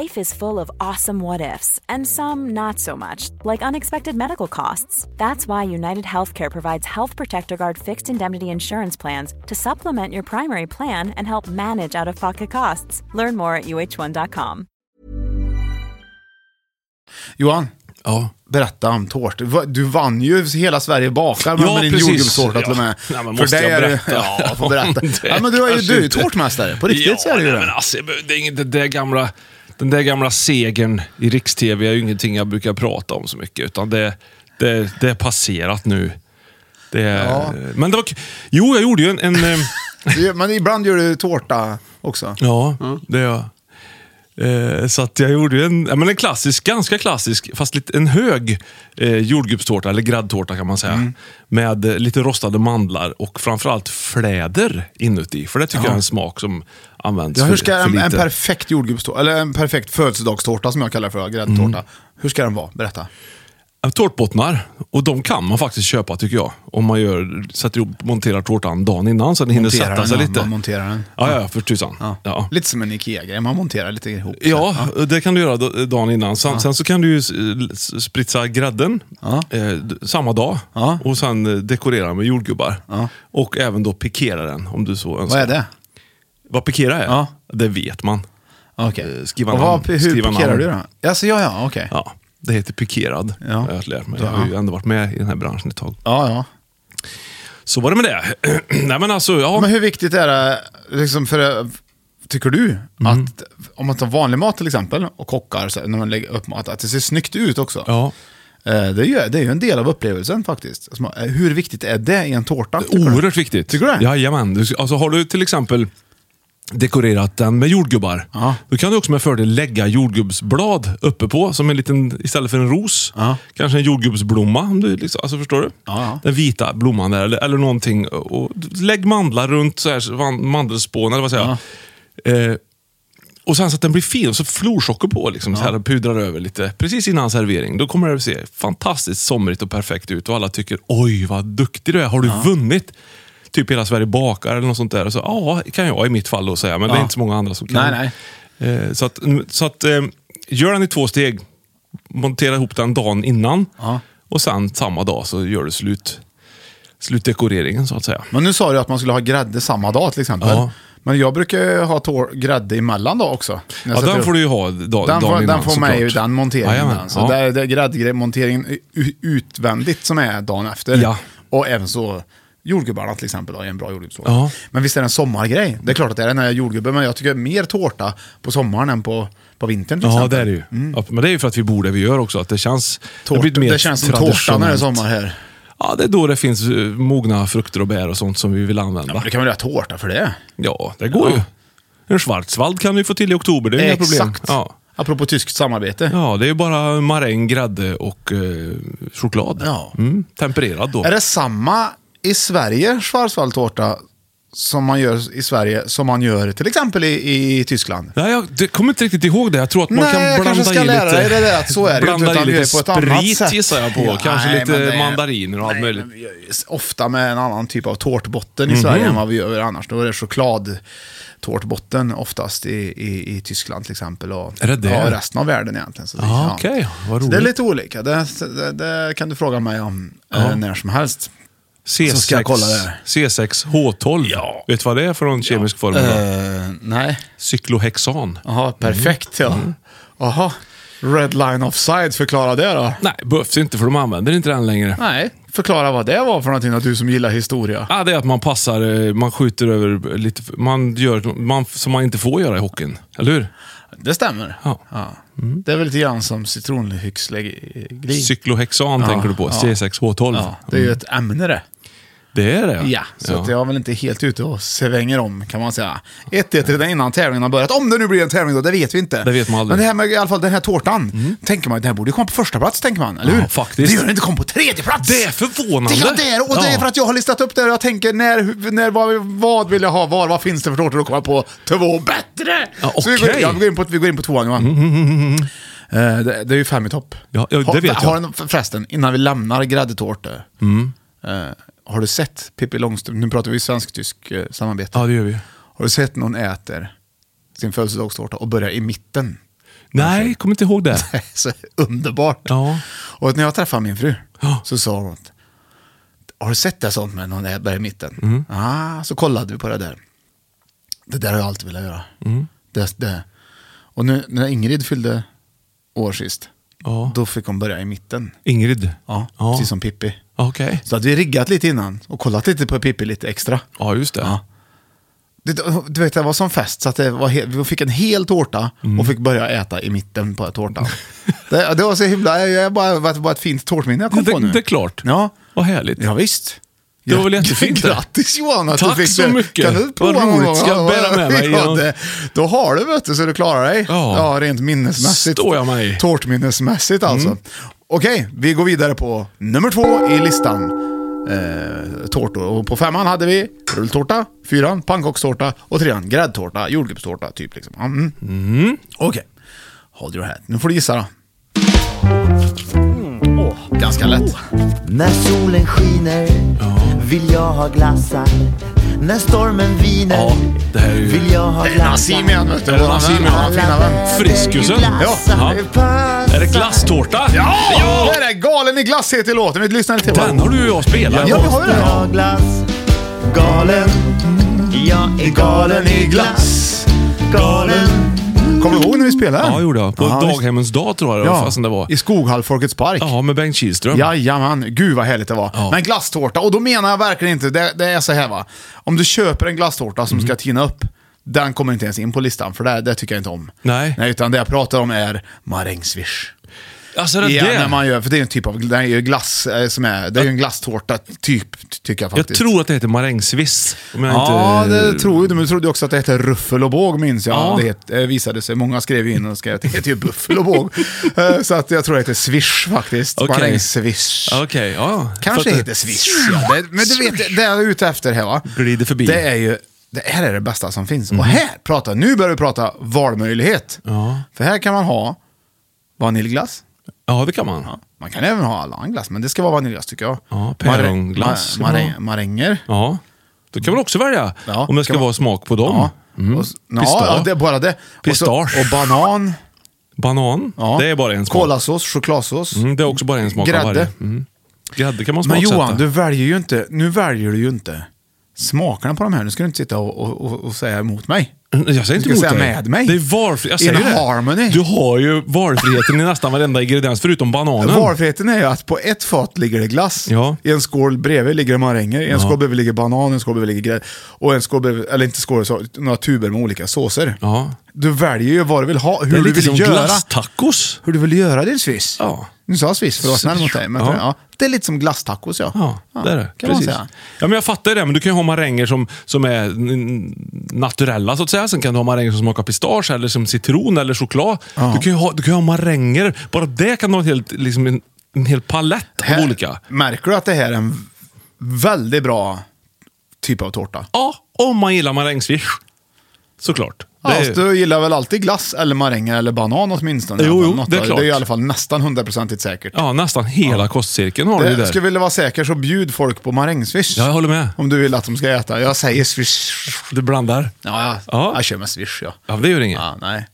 Life is full of awesome what ifs and some not so much, like unexpected medical costs. That's why United Healthcare provides Health Protector Guard fixed indemnity insurance plans to supplement your primary plan and help manage out of pocket costs. Learn more at uh1.com.
Johan,
Ja.
berätta om tårta. Va- Du vann ju hela Sverige bakar med,
Ja,
med din
precis.
jordgubbstårta till och med.
Ja. Nej, men måste
dig
jag
är det-
berätta?
Ja, jag får berätta.
Det
ja, men du är ju
kanske
du är ju
inte-
tårtmästare. På riktigt så är det ju
nej,
det.
Men alltså, jag behöver- det är inget, det där gamla, den där gamla segern i riks-TV är ju ingenting jag brukar prata om så mycket, utan det, det, det är passerat nu. Det,
Ja.
Men det var, k- Jo, jag gjorde ju en... en eh,
Ja, Men ibland gör du tårta också.
ja,
Mm.
det gör jag. Eh, så att jag gjorde ju en, ja, men en klassisk, ganska klassisk, fast lite, en hög eh, jordgubbstårta, eller gräddtårta kan man säga.
Mm.
Med eh, lite rostade mandlar och framförallt fläder inuti. För det tycker jag är en smak som används
Ja,
för,
hur ska
för
en,
lite.
en perfekt jordgubbstårta, eller en perfekt födelsedagstårta som jag kallar för, gräddtårta,
Mm.
hur ska den vara? Berätta.
Tårtbottnar, och de kan man faktiskt köpa tycker jag. Om man gör, sätter ihop, monterar tårtan dagen innan så den hinner
Monterar
sätta sig
den, ja.
lite.
Man monterar den.
Ja, ja, för tusan.
Ja.
Ja. Ja.
Lite som en IKEA-grej, man monterar lite ihop. så.
det kan du göra d- dagen innan. Sen, sen så kan du ju s- s- spritsa grädden eh, d- samma dag
Ja.
och sen eh, dekorera med jordgubbar. Och även då pikera den om du så önskar.
Vad är det?
Vad pikera är?
Ja.
Det vet man.
Okej.
Eh, skriva
Och
namn,
vad, hur
skriva
parkerar
namn.
du då? Alltså, ja, ja, okej.
Ja, det heter pikerad.
Ja.
har Jag har lärt mig. Jag
Ja.
har ju ändå varit med i den här branschen ett tag.
Ja, ja.
Så var det med det. Nej men alltså, ja.
Men hur viktigt är det, liksom för, tycker du,
Mm.
att om man tar vanlig mat till exempel och kockar, så, här, när man lägger upp mat, att det ser snyggt ut också?
ja.
Eh, Det är, ju, det är ju en del av upplevelsen faktiskt. Alltså, eh, Hur viktigt är det i en tårta? tycker du?
Oerhört viktigt.
Tycker du det?
Jajamän. Du- Alltså, har du till exempel dekorerat den med jordgubbar,
Ja.
då kan du också med fördel lägga jordgubbsblad uppe på som en liten, istället för en ros.
Ja.
Kanske en jordgubbsblomma. Om du liksom, alltså förstår du?
ja.
Den vita blomman där, eller, eller någonting. Och lägg mandlar runt, så här, så- van- mandelspån eller vad säger jag. Eh, och sen så att den blir fin, och så florsocker på liksom, så här, pudrar över lite. Precis innan servering, då kommer det att se fantastiskt somrigt och perfekt ut. Och alla tycker, oj vad duktig du är, har du vunnit? Typ hela Sverige bakar eller något sånt där. Och så, ja, kan jag i mitt fall då säga, men det är
Ja.
inte så många andra som kan.
Nej, nej.
Eh, Så att, så att eh, gör den i två steg. Montera ihop den dagen innan.
Ja.
Och sen samma dag så gör du slut, slutdekoreringen så att säga.
Men nu sa du att man skulle ha grädde samma dag till exempel.
Ja.
Men jag brukar ju ha tår, grädde emellan då också. när jag
Ja,
sätter
den
upp.
får du ju ha dag,
den
dagen
får,
innan
den får mig ju
såklart.
den monteringen.
Jajamän,
den. Så
ja.
det är, det är gräddmonteringen u- utvändigt som är dagen efter.
Ja.
Och även så jordgubbarna till exempel, då, är en bra jordgubbstårta.
Ja.
Men visst är det en sommargrej? Det är klart att det är den här jordgubben, men jag tycker mer tårta på sommaren än på, på vintern till
Ja,
exempel. Mm.
det är det ju. Ja, men det är ju för att vi bor där vi gör också. Att det känns...
Tårta,
blir
det, känns som tårta när det är
traditionellt.
sommar här.
Ja, det är då det finns eh, mogna frukter och bär och sånt som vi vill använda.
Men
Ja,
det kan väl göra tårta för det?
det går
Ja.
ju. En schwarzwald kan vi få till i oktober, det är inga problem.
Exakt.
Ja.
Apropå tyskt samarbete.
ja, det är ju bara maräng, grädde och eh, choklad.
Ja.
Mm, tempererad då.
Är det samma i Sverige, schwarzwaldtårta, som man gör i Sverige, som man gör till exempel i, i Tyskland?
Nej, jag det kommer inte riktigt ihåg det. Jag tror att man
Nej,
kan
jag
blanda
kanske ska
i
lära
lite...
dig det där, att så är det ju inte,
blanda
utan
i
vi gör
lite
på ett annat
sprit
sätt.
gissar jag på.
Ja,
Kanske
nej,
lite
men det är-
mandariner och allt möjligt. Mhm.
Vi gör ju s- Ofta med en annan typ av tårtbotten i Sverige än vad vi gör annars. Då är det chokladtårtbotten oftast i, i, i Tyskland till exempel. Och,
Är det det?
Ja, resten av världen egentligen. Så det,
Ah, okej. Vad
Så det är
roligt.
lite olika. Det, det, det kan du fråga mig om eh, när som helst.
C6,
Så ska jag kolla det här.
C6H12.
Ja.
Vet du vad det är för någon kemisk formel? då?
Eh, nej.
Cyklohexan.
Jaha, perfekt ja. Jaha, red line offside, förklara det då.
Nej, behövs inte för de använder inte den längre.
Nej, förklara vad det var för någonting, att du som gillar historia.
Ja, det är att man passar, eh, man skjuter över lite, man gör man, som man inte får göra i hockeyn. Eller hur?
Det stämmer.
Ja.
Det är väl lite grann som citronhyxlegri.
Cyklohexan
Ja,
tänker du på,
ja.
C6H12.
Ja, det är ju ett ämne det.
Mm. Det är det
Ja, så Att jag är väl inte helt ute och svänger om kan man säga. 1-1 redan innan tävlingen har börjat. Om det nu blir en tävling då, det vet vi inte.
Det vet man aldrig.
Men det här med i alla fall den här tårtan, tänker man ju, den här borde ju komma på första plats tänker man, eller hur?
Ja, faktiskt.
Det gör den inte, kom på tredje plats!
Det är förvånande.
Det, ja, det är, och det är
Ja.
för att jag har listat upp det och jag tänker när, när vad, vad vill jag ha var, vad finns det för tårtor? Då kommer jag på två bättre!
Ja,
Så vi går,
okej. Mm,
ja, vi går in på, vi går in på tvåan Johan. Eh, det, det är ju fem i topp.
Ja, ja, det
har,
vet jag.
Har, en- förresten, innan vi lämnar gräddtårtor.
Mm.
Eh, har du sett Pippi Långstrump, nu pratar vi svensk-tysk eh, samarbete.
Ja, det gör vi.
Har du sett någon äter sin födelsedagstårta och börjar i mitten?
Nej, kom inte ihåg det.
så underbart.
Ja.
Och när jag träffade min fru
Ja.
så sa hon att, har du sett det sånt med någon där där i mitten?
Mm.
Ah, så kollade vi på det där. Det där har jag alltid velat göra.
Mm.
Det, det. Och nu när Ingrid fyllde år sist,
Ja.
då fick hon börja i mitten.
Ingrid?
Ja,
ja.
precis som Pippi.
Okej.
Så hade vi riggat lite innan och kollat lite på Pippi lite extra.
Ja, just det.
Ja. Det, du vet, det var som fest, så att det var he- vi fick en hel tårta och fick börja äta i mitten på tårtan. det, det var så himla, jag bara, det var bara ett fint tårtminne jag kom
det,
på nu.
det är klart.
Ja.
Vad härligt.
Ja, visst.
Det var väl jättefint det.
Grattis Johan att
Tack
du fick
så
det.
mycket.
Kan du prova
Vad
någon
roligt.
gång?
Ska jag
Ja,
bära med mig
ja,
genom-
det- Då har du vet du, så du klarar dig.
Ja.
rent minnesmässigt.
Står jag Mm. mig.
Tårtminnesmässigt alltså. Okej, vi går vidare på nummer två i listan. Eh, tårtor. Och på femman hade vi rulltårta, fyran pannkakstårta och trean gräddtårta, jordgubbstårta typ. Liksom. Ja, Mm. Okej, hold your hat. Nu får du gissa då. Ganska lätt.
När solen skiner vill jag ha glassar. När stormen viner
Ja, det här är ju...
vill jag ha
Det är
glassar.
Nassim igen vet du.
Är det
Våran
Nassim
vän,
igen?
våran fina vän.
Friskusen?
Ja.
Ja. Är det glasstårta?
Ja! Det är det. Galen i glass heter låten. Vi lyssnar lite på
Den har du och jag spelat.
Ja, vi har ju
Måste
det.
ha glass. Galen. Jag är galen i glass. Galen.
Kommer du ihåg när vi spelade?
Ja, gjorde jag. På
Ja, visst.
daghemmens dag tror jag det var,
Ja,
fasen det var.
I Skoghall Folkets Park.
Ja, med Bengt Kihlström.
Jajamän, gud vad härligt det var.
Ja.
Men glasstårta, och då menar jag verkligen inte, det, det är så här va. Om du köper en glasstårta som
Mm.
ska tina upp, den kommer inte ens in på listan, för det, det tycker jag inte om.
Nej.
Nej, utan det jag pratar om är marängsviss.
Alltså, det
ja,
där.
när man gör, för det är en typ av det är ju glass eh, som är, det är ju en glasstårta typ, ty- tycker jag
Jag
faktiskt.
tror att det heter marängsviss. Om jag
Ja,
inte... eh,
det tror du. Men du trodde ju också att det hette ruffel och båg, minns jag.
Ja.
Det het, eh, visade sig. Många skrev ju in och skrev att det heter ju buffel och båg. Eh, Så att jag tror det heter swish faktiskt.
Okej.
Okay. Marängswish.
Okej, ja.
Kanske
För att-
heter swish. Ja. Det, men du vet, det jag är ute efter här va.
Glider förbi. Mhm.
Det är ju, det här är det bästa som finns. Och här pratar, nu börjar vi prata valmöjlighet. För här kan man ha vaniljglass.
Ja, det kan man.
Man kan även ha alla annan glass, men det ska vara vaniljglass tycker jag.
Ja, päronglass
Mar-
ska
mar-
man ha.
maränger.
Ja. Då kan man också välja
Ja,
om det ska
kan man-
vara smak på dem.
Ja.
Mm.
Och s-
Pistage.
ja, ja, det är bara det. Och, så,
Pistage.
och banan.
Banan,
Ja.
det är bara en smak.
Kolasås, chokladsås.
Mm, det är också bara en smak
Grädde.
av varje. Mm. Grädde kan man
Men
smaksätta.
Johan, du väljer ju inte, nu väljer du ju inte smakerna på de här. Nu ska du inte sitta och, och, och, och säga emot mig.
Jag säger inte
Du
emot
ska
dig.
säga med mig.
Det är valfri... Jag
Är
säger
det
det.
harmony?
Du har ju valfriheten i nästan varenda ingrediens förutom bananen.
Valfriheten är ju att på ett fat ligger det glass,
Ja.
i en skål bredvid ligger det maränger, i en skål bredvid ligger banan, i en skål bredvid ligger grädde och en skål bredvid, eller inte skål, så, några tuber med olika såser.
Ja.
Du väljer ju vad du vill ha, hur
det är
du
lite som
vill göra.
glasstacos.
Hur du vill göra din swiss.
Ja.
Nu sa jag swiss för att vara snäll mot dig. Men
Ja.
ja. det är lite som glasstacos ja.
Ja, det är det.
Kan
Precis.
man säga.
Ja, men jag fattar ju det, men du kan ju ha maränger som, som är n- naturella, så att säga. Sen kan du ha maränger som smakar pistage, eller som citron eller choklad. Du, kan ju ha, du kan ju ha maränger. Bara det kan ha en hel, liksom en, en hel palett av
Här-
olika.
Märker du att det här är en väldigt bra typ av tårta?
Ja, om man gillar marängsviss. Såklart. Det är-
Alltså, du gillar väl alltid glass eller maränger eller banan åtminstone?
Jo, jo,
Något
det är
av-
klart.
Det är i alla fall nästan hundraprocentigt säkert.
Ja, nästan hela kostcirkeln har du ju
Det,
där.
skulle vilja vara säker så bjud folk på marängswish.
Ja, jag håller med.
Om du vill att de ska äta. Jag säger swish.
Du blandar.
Ja, jag,
Ja.
jag kör med swish ja.
Ja, det gör inget.
ja nej.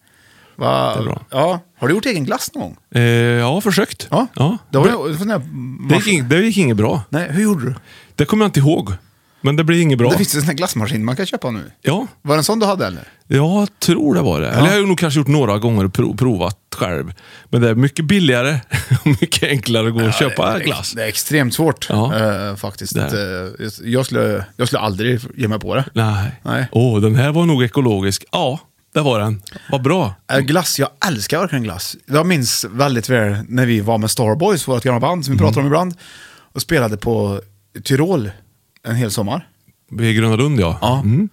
Va,
Det är bra.
Ja. Har du gjort egen glass någon gång?
Eh, jag har försökt.
Ja.
Ja.
Det, var,
Det,
ju- sån där-
gick, ing- det gick inget bra.
Nej, hur gjorde du?
Det kommer jag inte ihåg. Men det blir inget bra.
Det finns en sån här glassmaskin man kan köpa nu.
Ja,
Var det en sån du hade eller?
jag tror det var det. Eller jag har nog kanske gjort några gånger och pro- provat själv. Men det är mycket billigare och mycket enklare att gå och köpa
det, är-
glass.
Det är extremt svårt
Ja.
eh, faktiskt.
Det
Eh, jag, skulle, jag skulle aldrig ge mig på det.
Nej.
Nej.
Åh, den här var nog ekologisk. Ja, det var den. Vad bra.
Eh, Glass, jag älskar verkligen glass. Jag minns väldigt väl när vi var med Starboys, vårt gamla band som
Mm.
vi pratar om ibland, och spelade på Tyrol en hel sommar.
Vi är i Gröna Lund, ja.
Ja.
Mm.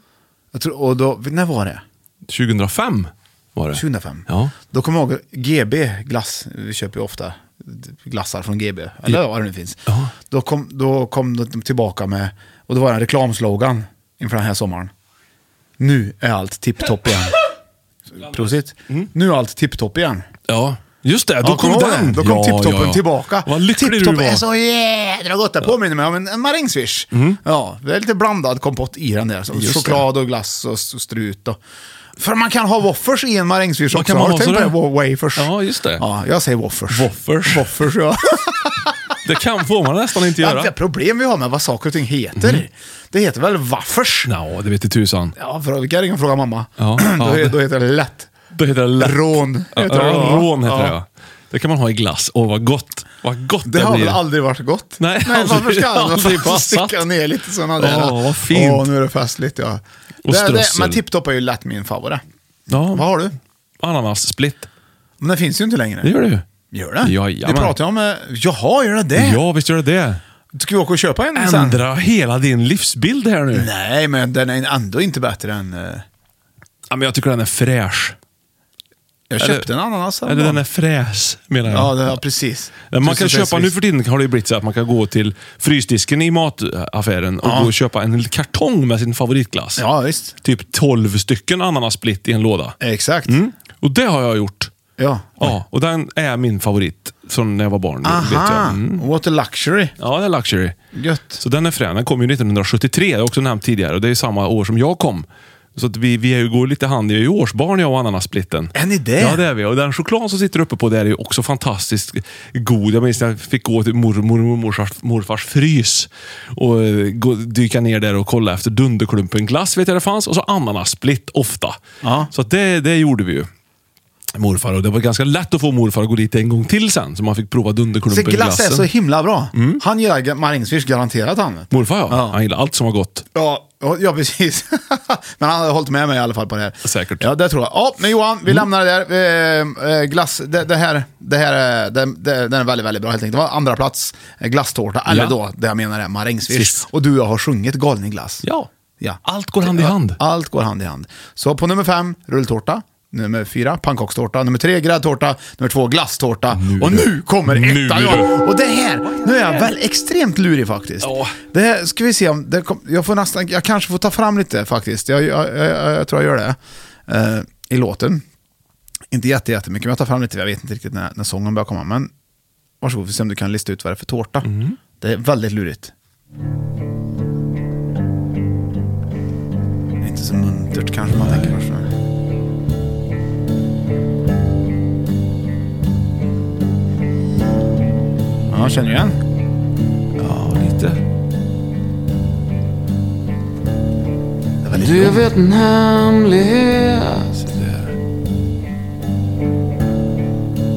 Jag tror, och då, när var det?
2005 var det.
2005?
Ja.
Då kommer jag ihåg GB glass, vi köper ju ofta glassar från GB, eller vad det nu finns.
Ja.
Då, kom, då kom de tillbaka med, och då var det en reklamslogan inför den här sommaren. Nu är allt tipptopp igen. Prosit.
Mm.
Nu är allt tipptopp igen.
Ja, just det. Då
Ja,
kom
kommer du ihåg
den.
Då kom
ja,
tipptoppen
ja, ja.
tillbaka.
Vad lycklig
tipptopp Alltså-
du var.
är så jädra gott. Det påminner mig om en, en marängsviss. Ja, det är lite blandad kompott i den där. Så
Mm. Just
choklad och glass och s- strut. Och. För man kan ha waffers i en marängsviss
Vad
också.
kan man
Har
ha
du tänkt på
sådär?
det? Wa- Wafers.
Ja, just det.
Ja, jag säger waffers.
Waffers.
Waffers, ja.
Det kan får man nästan inte göra. Mhm.
Det är problem vi har med vad saker och ting heter. Det heter väl waffers?
Ja, det vet du tusan.
Ja, för vi kan ringa och fråga mamma.
Ja, ja,
då, he-
det-
då heter det lätt.
Då heter det lätt.
Rån
Ja,
heter det, va?
rån heter
Ja.
det, ja. Det kan man ha i glass. Åh, vad gott. Vad gott
Det har
blir.
väl aldrig varit gott?
Nej,
Nej varför
aldrig-
ska alla
aldrig
få sticka
passat.
ner lite sådana där?
Åh, vad fint.
Åh, nu är det festligt ja.
Och
det, det,
strössel.
men tipptopp är ju lätt min favorit. Vad
Ja,
har du?
ananassplitt.
Men det finns ju inte längre.
Det gör det ju.
Gör det?
Jajamän.
Det pratar jag om. eh, Jaha, gör det det?
Ja, visst gör det det.
Ska vi åka och köpa en sen?
Ändra hela din livsbild här nu.
Nej, men den är ändå inte bättre än... eh,
Ja, men jag tycker den är fräsch.
Jag
Eller-
köpte en ananas
Eller den
häromdagen.
är fräs, menar jag.
Ja, det, ja, precis.
Men Man kan
Precis,
köpa,
precis.
nu för tiden har det ju blivit så att man kan gå till frysdisken i mataffären och
Ja.
gå och köpa en kartong med sin favoritglass.
Ja, visst.
Typ 12 stycken ananassplitt i en låda.
Exakt.
Och det har jag gjort.
Ja.
Ja, och den är min favorit från när jag var barn. Vet jag.
Aha,
Mm.
what a luxury.
Ja, det är Luxury.
Gött.
Så den är frän. Den kom ju 1973, det har jag också nämnt tidigare. Och det är ju samma år som jag kom. Så att vi, vi är ju, går lite hand i vi är ju årsbarn jag och ananassplitten.
Är ni det?
Ja, det är vi. Och den chokladen som sitter uppe på där är ju också fantastiskt god. Jag minns när jag fick gå till mormor och morsars, morfars frys och eh, gå, dyka ner där och kolla efter Dunderklumpen glass, vet jag det fanns. Och så ananas-splitt ofta.
Ja.
Så att det, det gjorde vi ju. Morfar och det var ganska lätt att få morfar att gå dit en gång till sen. Så man fick prova
Så
Dunderklumpen-glassen.
glass är så himla bra.
Mm.
Han gillar marängsviss garanterat han.
Morfar ja.
Ja.
Han gillar allt som var gott.
Ja, ja, ja precis. men han har hållit med mig i alla fall på det här.
Säkert. Mm.
Ja, det tror jag. Ja, men Johan, vi lämnar det där. Eh, eh, glass, det, det här, det här eh, det, det, den är väldigt, väldigt bra helt enkelt. Det var andra plats eh, glasstårta, eller
Ja.
då det jag menar är marängsviss.
Precis.
Och du och jag har sjungit Galning glass.
Ja.
Ja.
Allt går hand i hand.
Allt går hand i hand. Så på nummer fem, rulltårta. Nummer fyra, pannkakstårta. Nummer tre, gräddtårta. Nummer två, glasstårta. och nu kommer
Nu
ettan!
du.
ja. Och det här, nu är jag väl extremt lurig faktiskt.
Ja.
Det här ska vi se om, det kom, jag, får nästan, jag kanske får ta fram lite faktiskt. Jag, jag, jag, jag tror jag gör det eh, i låten. Inte jätte, jättemycket, men jag tar fram lite. Jag vet inte riktigt när, när sången börjar komma. Men varsågod, vi får se om du kan lista ut vad det är för tårta.
Mm.
Det är väldigt lurigt. Det är Inte så muntert kanske man tänker först. Ja, känner du igen?
Ja, lite.
Det är
vet
väldigt långt.
en hemlighet
Så där.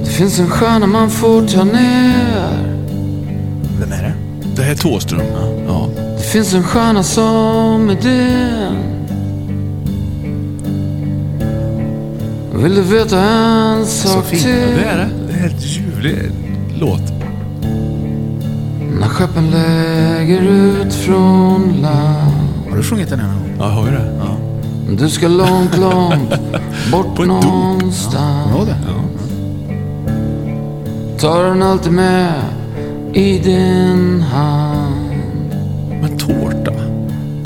Det finns en stjärna man får ta ner
Vem är det?
Det här är Thåström. Ja.
Det finns en stjärna som är din Vill du veta en sak
fint.
Det
till?
är det. Det är en helt ljuvlig låt.
När skeppen lägger ut från land
Har du sjungit den här någon gång?
Ja, jag har ju det. Ja.
Du ska långt, långt bort
På en dunk.
någonstans
Ja, det.
Tar den alltid med i din hand
Men tårta.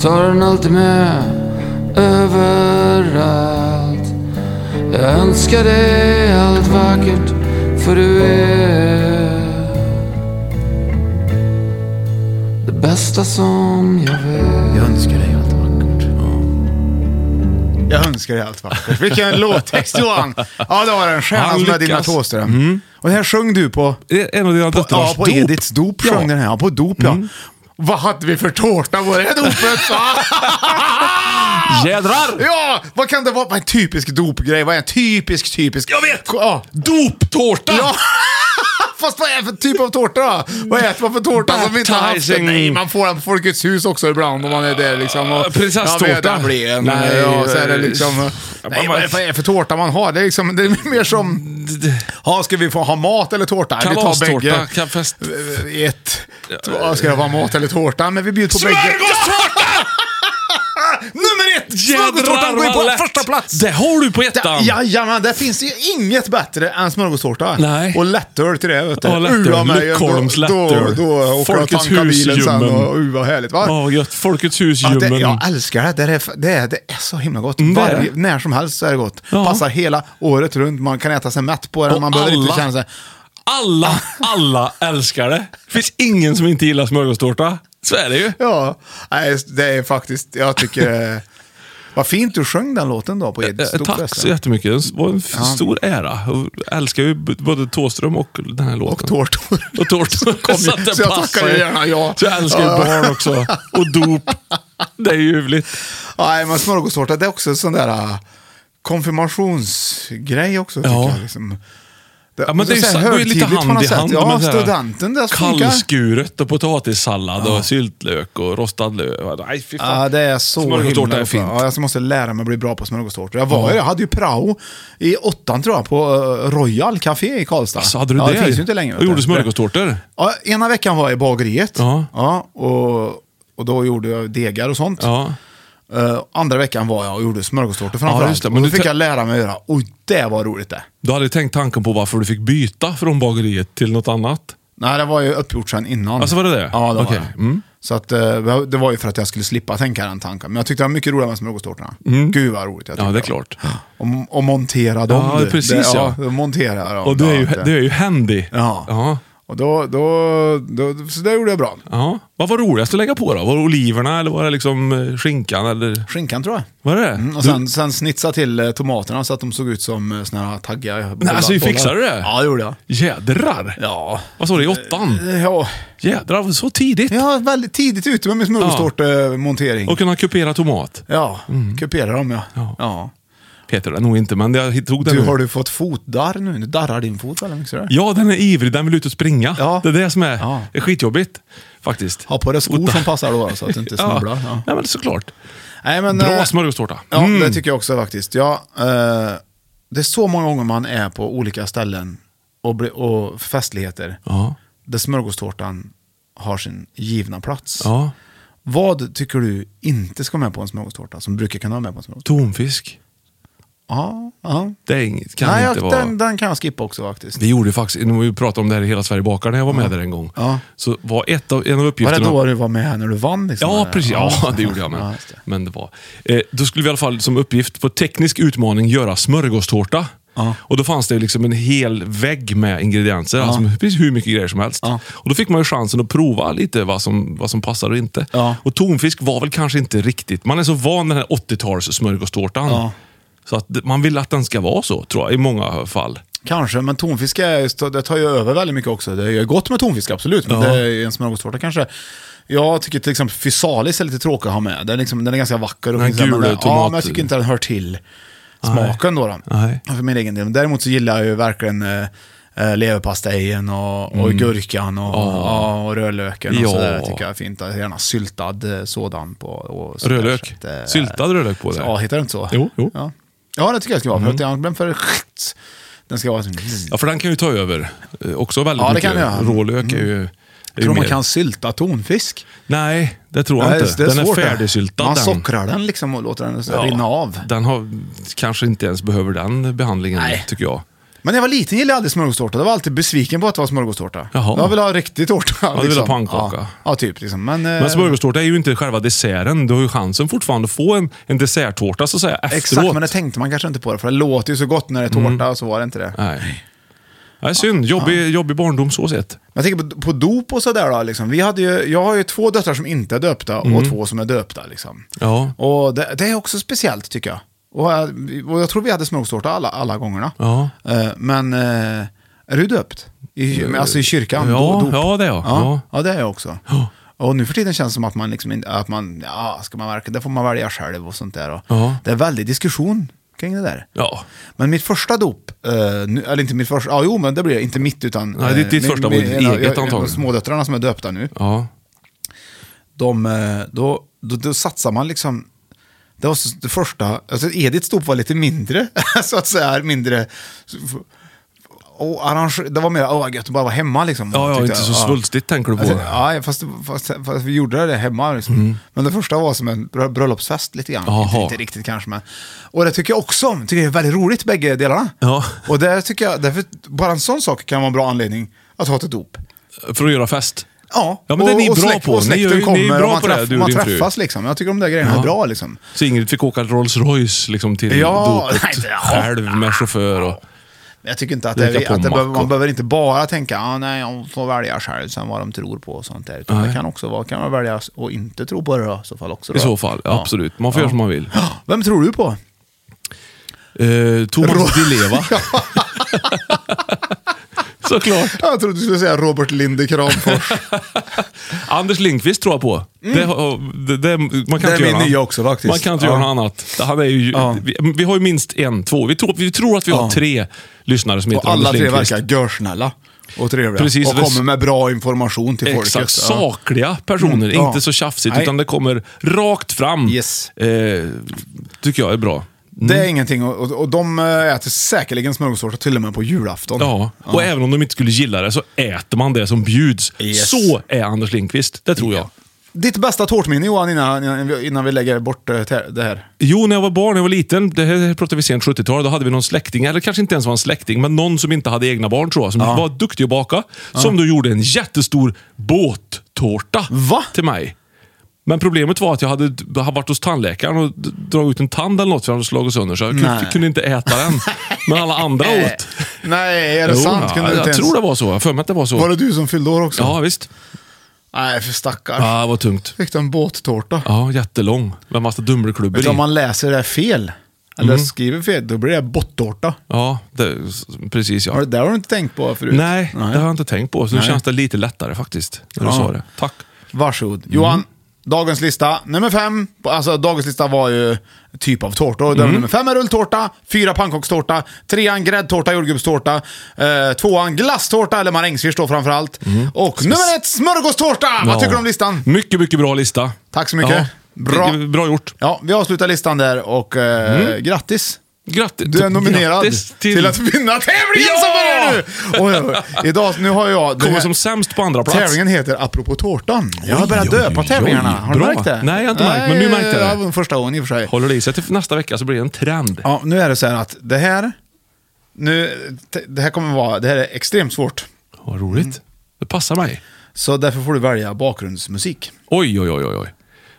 Tar den alltid med överallt Jag önskar dig allt vackert för du är det bästa som jag vet
Jag önskar dig allt vackert. Jag önskar dig allt vackert. Vilken låttext Johan! Ja, det var en stjärna
Han
som är Dina
lyckas.
Thåström. Och den här sjöng du på...
Det är Eh, En av dina
på
döttrars
ja, på
dop.
Ediths Mm. dop sjöng
Ja.
den här. Ja, Mm. på dop ja. Vad hade vi för tårta på det här dopet? va?
Jädrar!
ja, vad kan det vara? Vad är en typisk dopgrej? Vad är en typisk, typisk...
Jag vet!
Ja,
Doptårta!
Ja. Fast vad är det för typ av tårta då? Vad äter man för tårta som vi inte har haft?
Baptizing.
Nej, man får den på Folkets hus också ibland om man är där liksom. Och,
Prinsesstårta. eh,
Ja, det blir en.
Nej,
ja, så är det liksom...
eh, man-
Nej, vad är det för- är det för tårta man har? Det är, liksom, det är mer som... Ja, ska vi få ha mat eller tårta? Vi tar
Kalastårta.
bägge.
kan fest-
Eh, Ett. Två. Ska det vara mat eller tårta? Men vi bjuder på bägge.
Smörgåstårta!
Nummer ett!
Jädrar
Smörgåstårtan går in
vad
på
lätt.
första plats.
Det har du på ettan.
Jajamän, det finns ju inget bättre än smörgåstårta.
Nej.
Och lättöl till det. Vet du.
Ja, lättöl.
Uva mig,
Lyckholms
då-
lättöl.
Då, då åker jag och
Folkets
tankar
hus
bilen sen.
ljummen.
Och, och, vad härligt va?
Ja, gött. Folkets
Att det,
hus-ljummen.
jag älskar det. Det är, det, är, det är så himla gott.
Mm, det är
Varje,
det.
när som helst så är det gott.
Ja.
Passar hela året runt. Man kan äta sig mätt på det.
Och
Man behöver inte
alla-
känna sig...
Alla, alla älskar det. Det finns ingen som inte gillar smörgåstårta. Så är det ju.
Ja, nej, det är faktiskt... Jag tycker... eh, vad fint du sjöng den låten då på
Eh,
Edis
Tack så jättemycket. Det var en f- stor ära. Jag älskar ju b- både Tåström och den här låten.
Och tårtor.
Och tårtor.
kom ju-
att det
så jag
passar
tackar ju
ju.
gärna ja.
Så jag älskar ju
Ja.
barn också. Och dop. Det är ljuvligt.
Nej, men smörgåstårta det är också en sån där äh, konfirmationsgrej också. tycker
Ja.
jag, liksom. Det,
Ja, men det är ju
så
så,
här
det går ju lite
högtidligt på
hand
något
i
sätt.
hand.
Ja,
men så här
studenten, det funkar.
Kallskuret och potatissallad och syltlök och rostad lök. Nej, fy fan.
Ja, det är så
Smörgåstårta
himla
är
gott.
fint.
Ja, jag måste lära mig att bli bra på smörgåstårta. Jag var ju jag hade ju prao i åttan tror jag på eh, Royal Café i Karlstad.
Så Alltså, hade du
ja,
det?
Det finns ju inte längre. vet
Och
du.
gjorde smörgåstårtor?
Ja, ena veckan var jag i bageriet.
Ja.
Ja, och, och då gjorde jag degar och sånt.
Ja.
Eh, andra veckan var jag och gjorde smörgåstårtor framförallt.
just det,
Ja,
men
och då
du
fick
te-
jag lära mig att göra. Och det var roligt det.
Du hade tänkt tanken på varför du fick byta från bageriet till något annat?
Nej, det var ju uppgjort sedan innan.
Alltså, var det det?
Ja, det
Okej, Mm.
var det. Så att, eh, det var ju för att jag skulle slippa tänka den tanken. Men jag tyckte det var mycket roligare med smörgåstårtorna. Gud vad roligt jag
Mm. Ja,
tyckte
det är klart.
Och, och montera dem.
Ja,
du.
precis,
det,
ja.
Montera dem.
Och du är ju,
Ja, det-
du är ju handy.
Ja.
ja.
Och då, då, då, så det gjorde jag bra.
Ja. Vad var roligast att lägga på då? Var det oliverna eller var det liksom eh, skinkan? Eller...
Skinkan tror jag.
Var det det?
Mm, och
Du-
sen, sen snitsa till eh, tomaterna så att de såg ut som eh, såna här taggiga bollar-
alltså,
bollar.
fixade du det?
Ja, det gjorde jag.
Jädrar!
Ja.
Vad sa du, i åttan?
Ja,
Jädrar, så tidigt!
jag var väldigt tidigt ute med min smörgåstårtemontering.
Och kunna kupera tomat.
Ja, kupera dem ja.
Ja.
ja.
Heter det nog inte, men jag tog den
Du,
nu.
har du fått fotdarr nu? Du darrar din fot väldigt mycket. ser du?
Ja, den är ivrig. Den vill ut och springa.
Ja.
Det är det som är
Ja.
det är skitjobbigt faktiskt.
Ha på dig skor som passar då, så att du inte snubblar. Ja.
Nej, men såklart.
Nej, men,
Bra
eh,
smörgåstårta. Mm.
Ja, det tycker jag också faktiskt. Ja, eh, det är så många gånger man är på olika ställen och, bli- och festligheter
Ja.
där smörgåstårtan har sin givna plats.
Ja.
Vad tycker du inte ska med på en smörgåstårta som brukar kunna vara med på en smörgåstårta?
Tonfisk.
Ja, ja.
Det är inget, kan
Nej,
inte
jag,
vara...
den, den kan jag skippa också faktiskt.
Vi gjorde ju faktiskt, nu har vi ju pratat om det här i Hela Sverige bakar när jag var med där en gång.
Ja.
Så var ett av, en av
Var
uppgifterna...
det då du var med när du vann? Liksom,
Ja,
eller?
precis. Ja, det gjorde jag med.
Ja, just det.
Men det var. Eh, då skulle vi i alla fall som uppgift på teknisk utmaning göra smörgåstårta.
Ja.
Och då fanns det ju liksom en hel vägg med ingredienser. Alltså precis hur mycket grejer som helst.
Ja.
Och då fick man ju chansen att prova lite vad som, vad som passar och inte.
Ja.
Och tonfisk var väl kanske inte riktigt... Man är så van den här 80-tals smörgåstårtan.
Ja.
Så att det- man vill att den ska vara så, tror jag, i många fall.
Kanske, men tonfisk är, just- det tar ju över väldigt mycket också. Det är ju gott med tonfisk, absolut, men
Ja.
det är en smörgåstårta kanske. Jag tycker till exempel fysalis är lite tråkig att ha med. Den är, liksom, den är ganska vacker. Och
Den här
finns där, men
gula
den- Ja, men jag
tomat-
tycker inte den hör till smaken då. då
Nej.
För min egen del. Men Däremot så gillar jag ju verkligen eh, eh, leverpastejen och, och gurkan och, ja, och rödlöken. Och
Mm. Ja.
sådär tycker jag är fint. Gärna syltad eh, sådan på. Och sådär.
Rödlök.
Så att, eh,
Syltad rödlök på
så-
det.
Ja, heter det inte så?
Jo, jo.
Ja, ja det tycker jag ska
Mm.
vara. För att den för... Den ska vara... så-
Ja, för den kan ju ta över eh, också väldigt
Ja, det
mycket.
kan den göra. Mm.
Rålök är ju... är ju
Tror man
mer-
kan sylta tonfisk?
Nej, det tror jag
Nej,
inte. den är
det.
färdigsyltad
Man
den.
sockrar den liksom och låter den
Ja,
rinna av.
Den har, kanske inte ens behöver den behandlingen,
Nej.
tycker jag.
Men när jag var liten gillade jag aldrig smörgåstårta. Jag var alltid besviken på att det var smörgåstårta.
Jaha.
Jag ville ha riktig tårta. liksom.
du vill ha pannkaka.
Ja, ja typ. Liksom. Men, eh,
Men smörgåstårta är ju inte själva desserten. Du har ju chansen fortfarande att få en, en desserttårta så att säga efteråt. Mm.
Exakt, men det tänkte man kanske inte på det. För det låter ju så gott när det är tårta, och så var det inte det.
Nej. Nej, synd. Jobbig, jobbig barndom så sett.
Men jag tänker på, på dop och sådär. Då, liksom. Vi hade ju, jag har ju två döttrar som inte är döpta och
Mm.
två som är döpta. Liksom.
Ja.
Och det, det är också speciellt tycker jag. Och, jag- och jag tror vi hade smörgåstårta alla, alla gångerna.
Ja.
Eh, Men eh, är du döpt? I, men alltså i kyrkan?
Eh, Ja,
då- dop.
ja, det är jag. Ja.
Ja, ja, det är jag också. Och nu för tiden känns det som att man, liksom, inte- att man ja, ska man verka, det får man välja själv och sånt där. Och
Ja.
Det är väldigt diskussion kring det där.
Ja.
Men mitt första dop, eh, nu, eller inte mitt första, ja jo men det blir det, inte mitt utan... eh,
Nej, ditt- ditt första var ditt
en av-
eget
jag- en av
antagligen.
Smådöttrarna som är döpta nu,
Ja.
de, eh, då, då, då satsar man liksom... Det var så- det första, alltså Ediths dop var lite mindre, så att säga, mindre... Och arrange, det var mer, åh gött att bara vara hemma liksom.
Ja, ja,
tyckte
inte
jag.
så svulstigt tänker du på. Mm.
Alltså, ja, fast, fast, fast vi gjorde det hemma. Liksom. Men det första var som en br- bröllopsfest lite grann.
Jaha.
Inte, inte riktigt kanske, men. Och det tycker jag också om. tycker det är väldigt roligt bägge delarna.
Ja.
Och där tycker jag, därför, bara en sån sak kan vara en bra anledning att ha ett dop.
För att göra fest.
Ja,
Ja, men det är ni
och, och
bra
släkt-
på.
Och
Ni
släkten
är ju- ni är
kommer
bra
och man,
på det här,
träff-
du och
man
din fru.
träffas liksom. Jag tycker de där grejerna
Ja.
är bra liksom.
Så Ingrid fick åka Rolls Royce liksom, till
Ja,
dopet
nej, det- ja.
själv med chaufför. Och,
Men Jag tycker inte att, det,
Dricka
är-
på
att det behöver,
mackor.
man behöver inte bara tänka ah, nej, jag får välja själv sen vad de tror på och sånt där. Utan
Nej.
det kan också vara, kan man välja att inte tro på det då, i så fall också. Då.
I så fall, ja, absolut. Man får göra som man vill.
Vem tror du på?
Eh, Thomas Di Leva. Såklart.
Jag trodde du skulle säga Robert Linde Kramfors.
Anders Lindqvist tror jag på. Det, har- det, det, man kan
Mm. är
inte
min
göra
nya också faktiskt.
Man kan inte
Ja.
göra något annat. Han är ju,
Ja.
vi, vi har ju minst en, två. Vi tror, vi tror att vi har
Ja.
tre lyssnare som heter
och alla
Anders
tre
Lindqvist.
verkar görsnälla och trevliga.
Precis,
och
det-
kommer med bra information till folket.
Exakt, sakliga personer.
Mm, ja.
Inte så tjafsigt,
Nej.
utan det kommer rakt fram.
Yes.
Eh, tycker jag är bra.
Det är ingenting, och, och- och de eh, äter säkerligen smörgåstårta till och med på julafton.
Ja, och även om de inte skulle gilla det så äter man det som bjuds.
Yes.
Så är Anders Lindqvist, det tror jag.
Ditt bästa tårtminne Johan, innan, innan, vi, innan vi lägger bort eh, te- det här.
Jo, när jag var barn, när jag var liten, det här pratar vi sent 70-tal, då hade vi någon släkting, eller kanske inte ens var en släkting, men någon som inte hade egna barn tror jag, som var duktig att baka, som då gjorde en jättestor båttårta
Va?
till mig. Men problemet var att jag hade, hade varit hos tandläkaren och d- dragit ut en tand eller något för jag hade slagit sönder, så jag kunde,
Nej.
kunde inte äta den. Men alla andra åt.
Eh, Nej, är det sant?
Jo,
Kunde du
jag
inte ens-
tror det var så. Jag har för mig att det var så.
Var det du som fyllde år också?
Ja, visst.
Nej, för stackars.
Ja, det var tungt.
Fick du en båttårta?
Ja, jättelång. Med massa
Vet du,
Dumbleklubbor
om
i.
man läser det fel, eller
Mm.
skriver fel, då blir det bottårta.
Ja, det, precis ja.
Har Det där har du inte tänkt på förut.
Nej, det har jag inte tänkt på. Så nu
Nej.
känns det lite lättare faktiskt. När du
Ja.
sa det. Tack.
Varsågod. Mm. Johan, dagens lista nummer fem. Alltså dagens lista var ju typ av tårta. Och
Mm.
den Nummer fem är rulltårta, fyra pannkakstårta, trean gräddtårta, jordgubbstårta, eh, tvåan glasstårta eller marängsviss då
Mm.
framförallt. Och nummer ett smörgåstårta! Vad tycker du om listan?
Mycket, mycket bra lista.
Tack så mycket. Bra.
Vilket- Bra gjort.
Ja, vi avslutar listan där och eh, grattis!
Grattis.
Du är nominerad
Mm. Grattis
till...
till...
att vinna tävlingen
Ja!
som börjar nu! Oj, oj. Idag, nu har jag... den
Kommer
här-
som sämst på andra plats.
Tävlingen heter Apropå tårtan. Jag har
Oj,
börjat
oj,
döpa
oj.
tävlingarna. Har du
Bra.
märkt det?
Nej, jag har inte märkt, men nu märkte jag det.
var första gången i och för sig.
Håller det i sig till nästa vecka så blir det en trend.
Ja, nu är det så här att det här... Nu, t- det här kommer vara... Det här är extremt svårt.
Vad roligt. Det passar mig.
Så därför får du välja bakgrundsmusik.
Oj, oj, oj, oj. oj.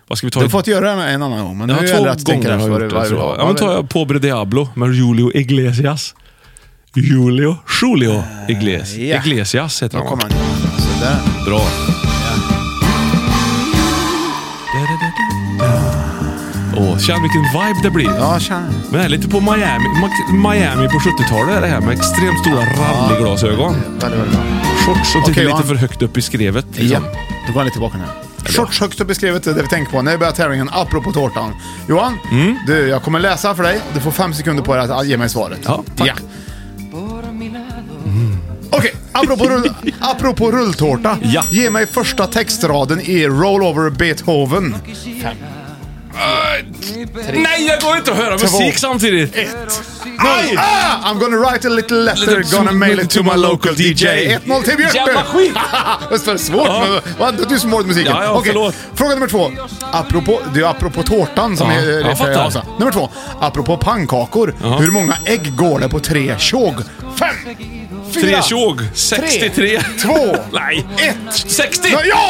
Vad ska vi ta?
Du har fått göra det en annan gång, men
jag
nu
har
gäller det
två
att tänka
gånger
efter
har jag
vad du
gjort det,
vad du
tror
vill
jag.
ha.
Ja, men tar jag Pobre Diablo med Julio Iglesias. Julio, Julio Igles.
ja.
Iglesias heter
Nu
han.
kommer
va?
han. Sådär.
Bra. Åh, känn vilken vibe det blir.
Ja, tjena.
Men det är lite på Miami, Ma- Miami på 70-talet är det här med extremt stora rallyglasögon.
Väldigt, väldigt bra.
Shorts som
Okej,
tittar
Johan.
lite för högt upp i skrevet.
Ja,
Liksom.
då går han lite tillbaka nu. Shorts högst upp i skrevet är det vi tänker på när vi börjar tävlingen, apropå tårtan. Johan,
Mm.
du, jag kommer läsa för dig. Du får fem sekunder på dig att ge mig svaret. Mm.
Ja, tack.
Okej, apropå, rull, apropå rulltårta.
Ja.
Ge mig första textraden i Roll Over Beethoven.
Nej, jag går inte att höra musik samtidigt.
Nej! Ah, I'm gonna write a little letter,
Little-
gonna mail it to my local DJ. 1-0 till Björte!
Jävla skit!
Visst var det svårt?
Ja.
Men, vad, du som målade musiken.
Ja, ja,
Okej,
förlåt.
Fråga nummer två. Apropå, det är apropå tårtan som
Ja,
är
jag
det för-
fattar.
alltså. Nummer två. Apropå pannkakor. Hur många ägg går det på tre tjog? Fem!
Tre
Fyra!
tjog. 63.
Två!
Nej.
Ett!
60!
Ja!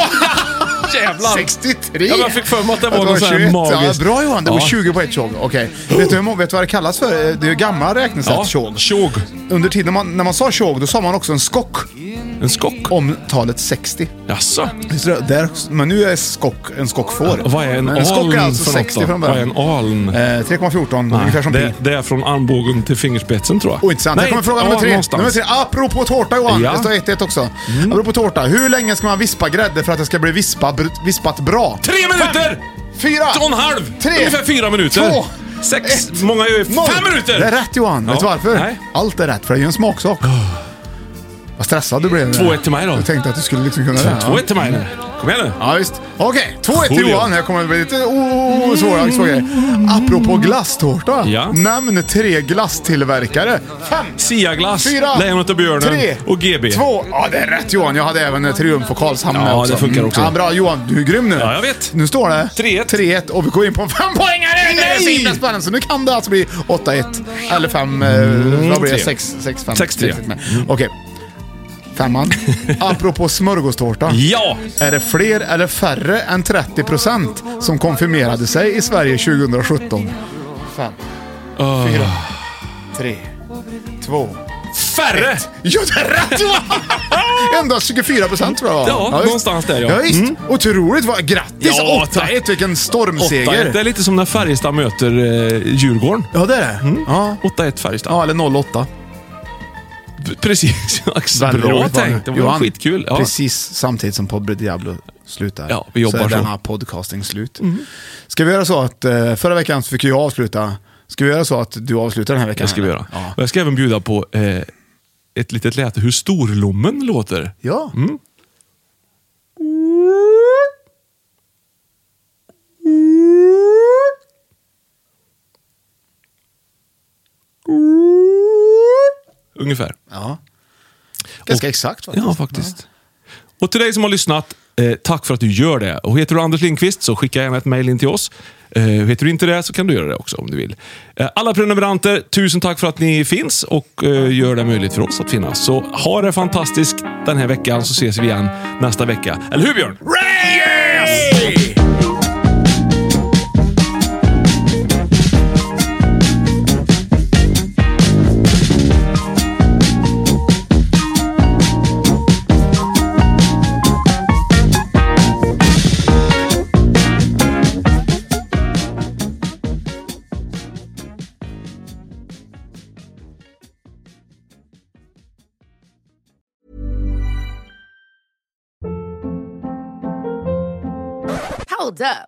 Jävlar!
63!
Ja, men jag fisk för mig att det var
Att
något sån här
21.
magiskt.
Ja, bra Johan, det var
Ja.
20 på ett tjog. Okej. Vet, du hur många- vet du vad det kallas för? Det är ju gamla räknesätt,
Ja,
tjog.
tjog.
Under tiden man, när man sa tjog, då sa man också en skock
En skock.
om talet 60.
Jaså?
Visst är det? Där, men nu är skock en skockfår.
Vad är en
Men
aln
skock är alltså
för något
60
då?
från
Vad är
början.
en aln?
Eh, 3,14 ungefär som
det,
pi.
det är från armbågen till fingerspetsen tror jag.
Och intressant. Här kommer fråga
ja,
nummer tre.
någonstans.
nummer tre. Apropå tårta Johan,
Ja. Mm.
det står 1-1 också. Apropå tårta, hur länge ska man vispa grädde för att det ska bli vispa, br- vispat bra?
Tre minuter!
Fyra!
Två och en halv!
Ah, Tre!
Ungefär fyra minuter.
Två!
Sex!
ett,
många är
noll.
Fem minuter!
Det är rätt Johan.
Ja.
Vet du varför?
Nej.
Allt är rätt, för det är ju en smaksak. Vad stressad du blev.
2-1 till mig då.
Jag tänkte att du skulle liksom kunna det. ja.
Två ett till mig nu. Kom igen nu.
Ja, visst. Okej, 2-1 till
Coolio.
Johan. Här kommer det bli lite oh, svåra frågor. Apropå glasstårta.
Ja.
Nämn tre glasstillverkare. Fem,
Siaglass,
fyra,
Lejonet och björnen
tre,
och GB.
Två. Ja, det är rätt Johan. Jag hade även eh, Triumf och Karlshamn
Ja,
med
det funkar också.
Mm. Ja, bra Johan, du är grym nu.
Ja, jag vet.
Nu står det
3-1.
3-1 och vi går in på en fempoängare. Det är så
Nej!
himla spännande. Så nu kan det alltså bli 8-1. Eller 5... Mm, vad blir det?
tre.
6 6 5
Sex, tre.
Okej. Femman. Apropå smörgåstårta.
Ja!
Är det fler eller färre än 30 procent som konfirmerade sig i Sverige 2017? Fem,
Ah.
fyra, tre, två.
Färre!
Ja, det är rätt! va? Endast 24 procent tror jag
Ja,
visst.
någonstans där, ja. Mm.
ja visst. Otroligt. Va? Grattis!
Ja,
8-1, vilken stormseger.
Åtta, det är lite som när Färjestad möter eh, Djurgården.
Ja, det är det.
Mm.
Ja.
8-1 Färjestad.
ja, eller 08.
P- Precis. Bra
Väldigt roligt var
tänkt. Det var
Johan,
skitkul. Ja.
Precis samtidigt som Pobre Diablo slutar
Ja, vi jobbar
så är
så.
denna podcasting slut. Ska vi göra så att eh, förra veckan så fick ju jag avsluta. Ska vi göra så att du avslutar den här veckan?
Det ska vi
eller?
göra.
Ja.
Och jag ska även bjuda på eh, ett litet läte hur storlommen låter. Mm.
ja.
Ungefär.
ja. Ganska
Och-
exakt faktiskt.
Ja, faktiskt. Och till dig som har lyssnat, eh, tack för att du gör det. Och heter du Anders Lindqvist så skicka gärna ett mejl in till oss. Eh, heter du inte det så kan du göra det också om du vill. Eh, alla prenumeranter, tusen tack för att ni finns och eh, gör det möjligt för oss att finnas. Så ha det fantastiskt den här veckan så ses vi igen nästa vecka. Eller hur Björn? Yes!
Hold up.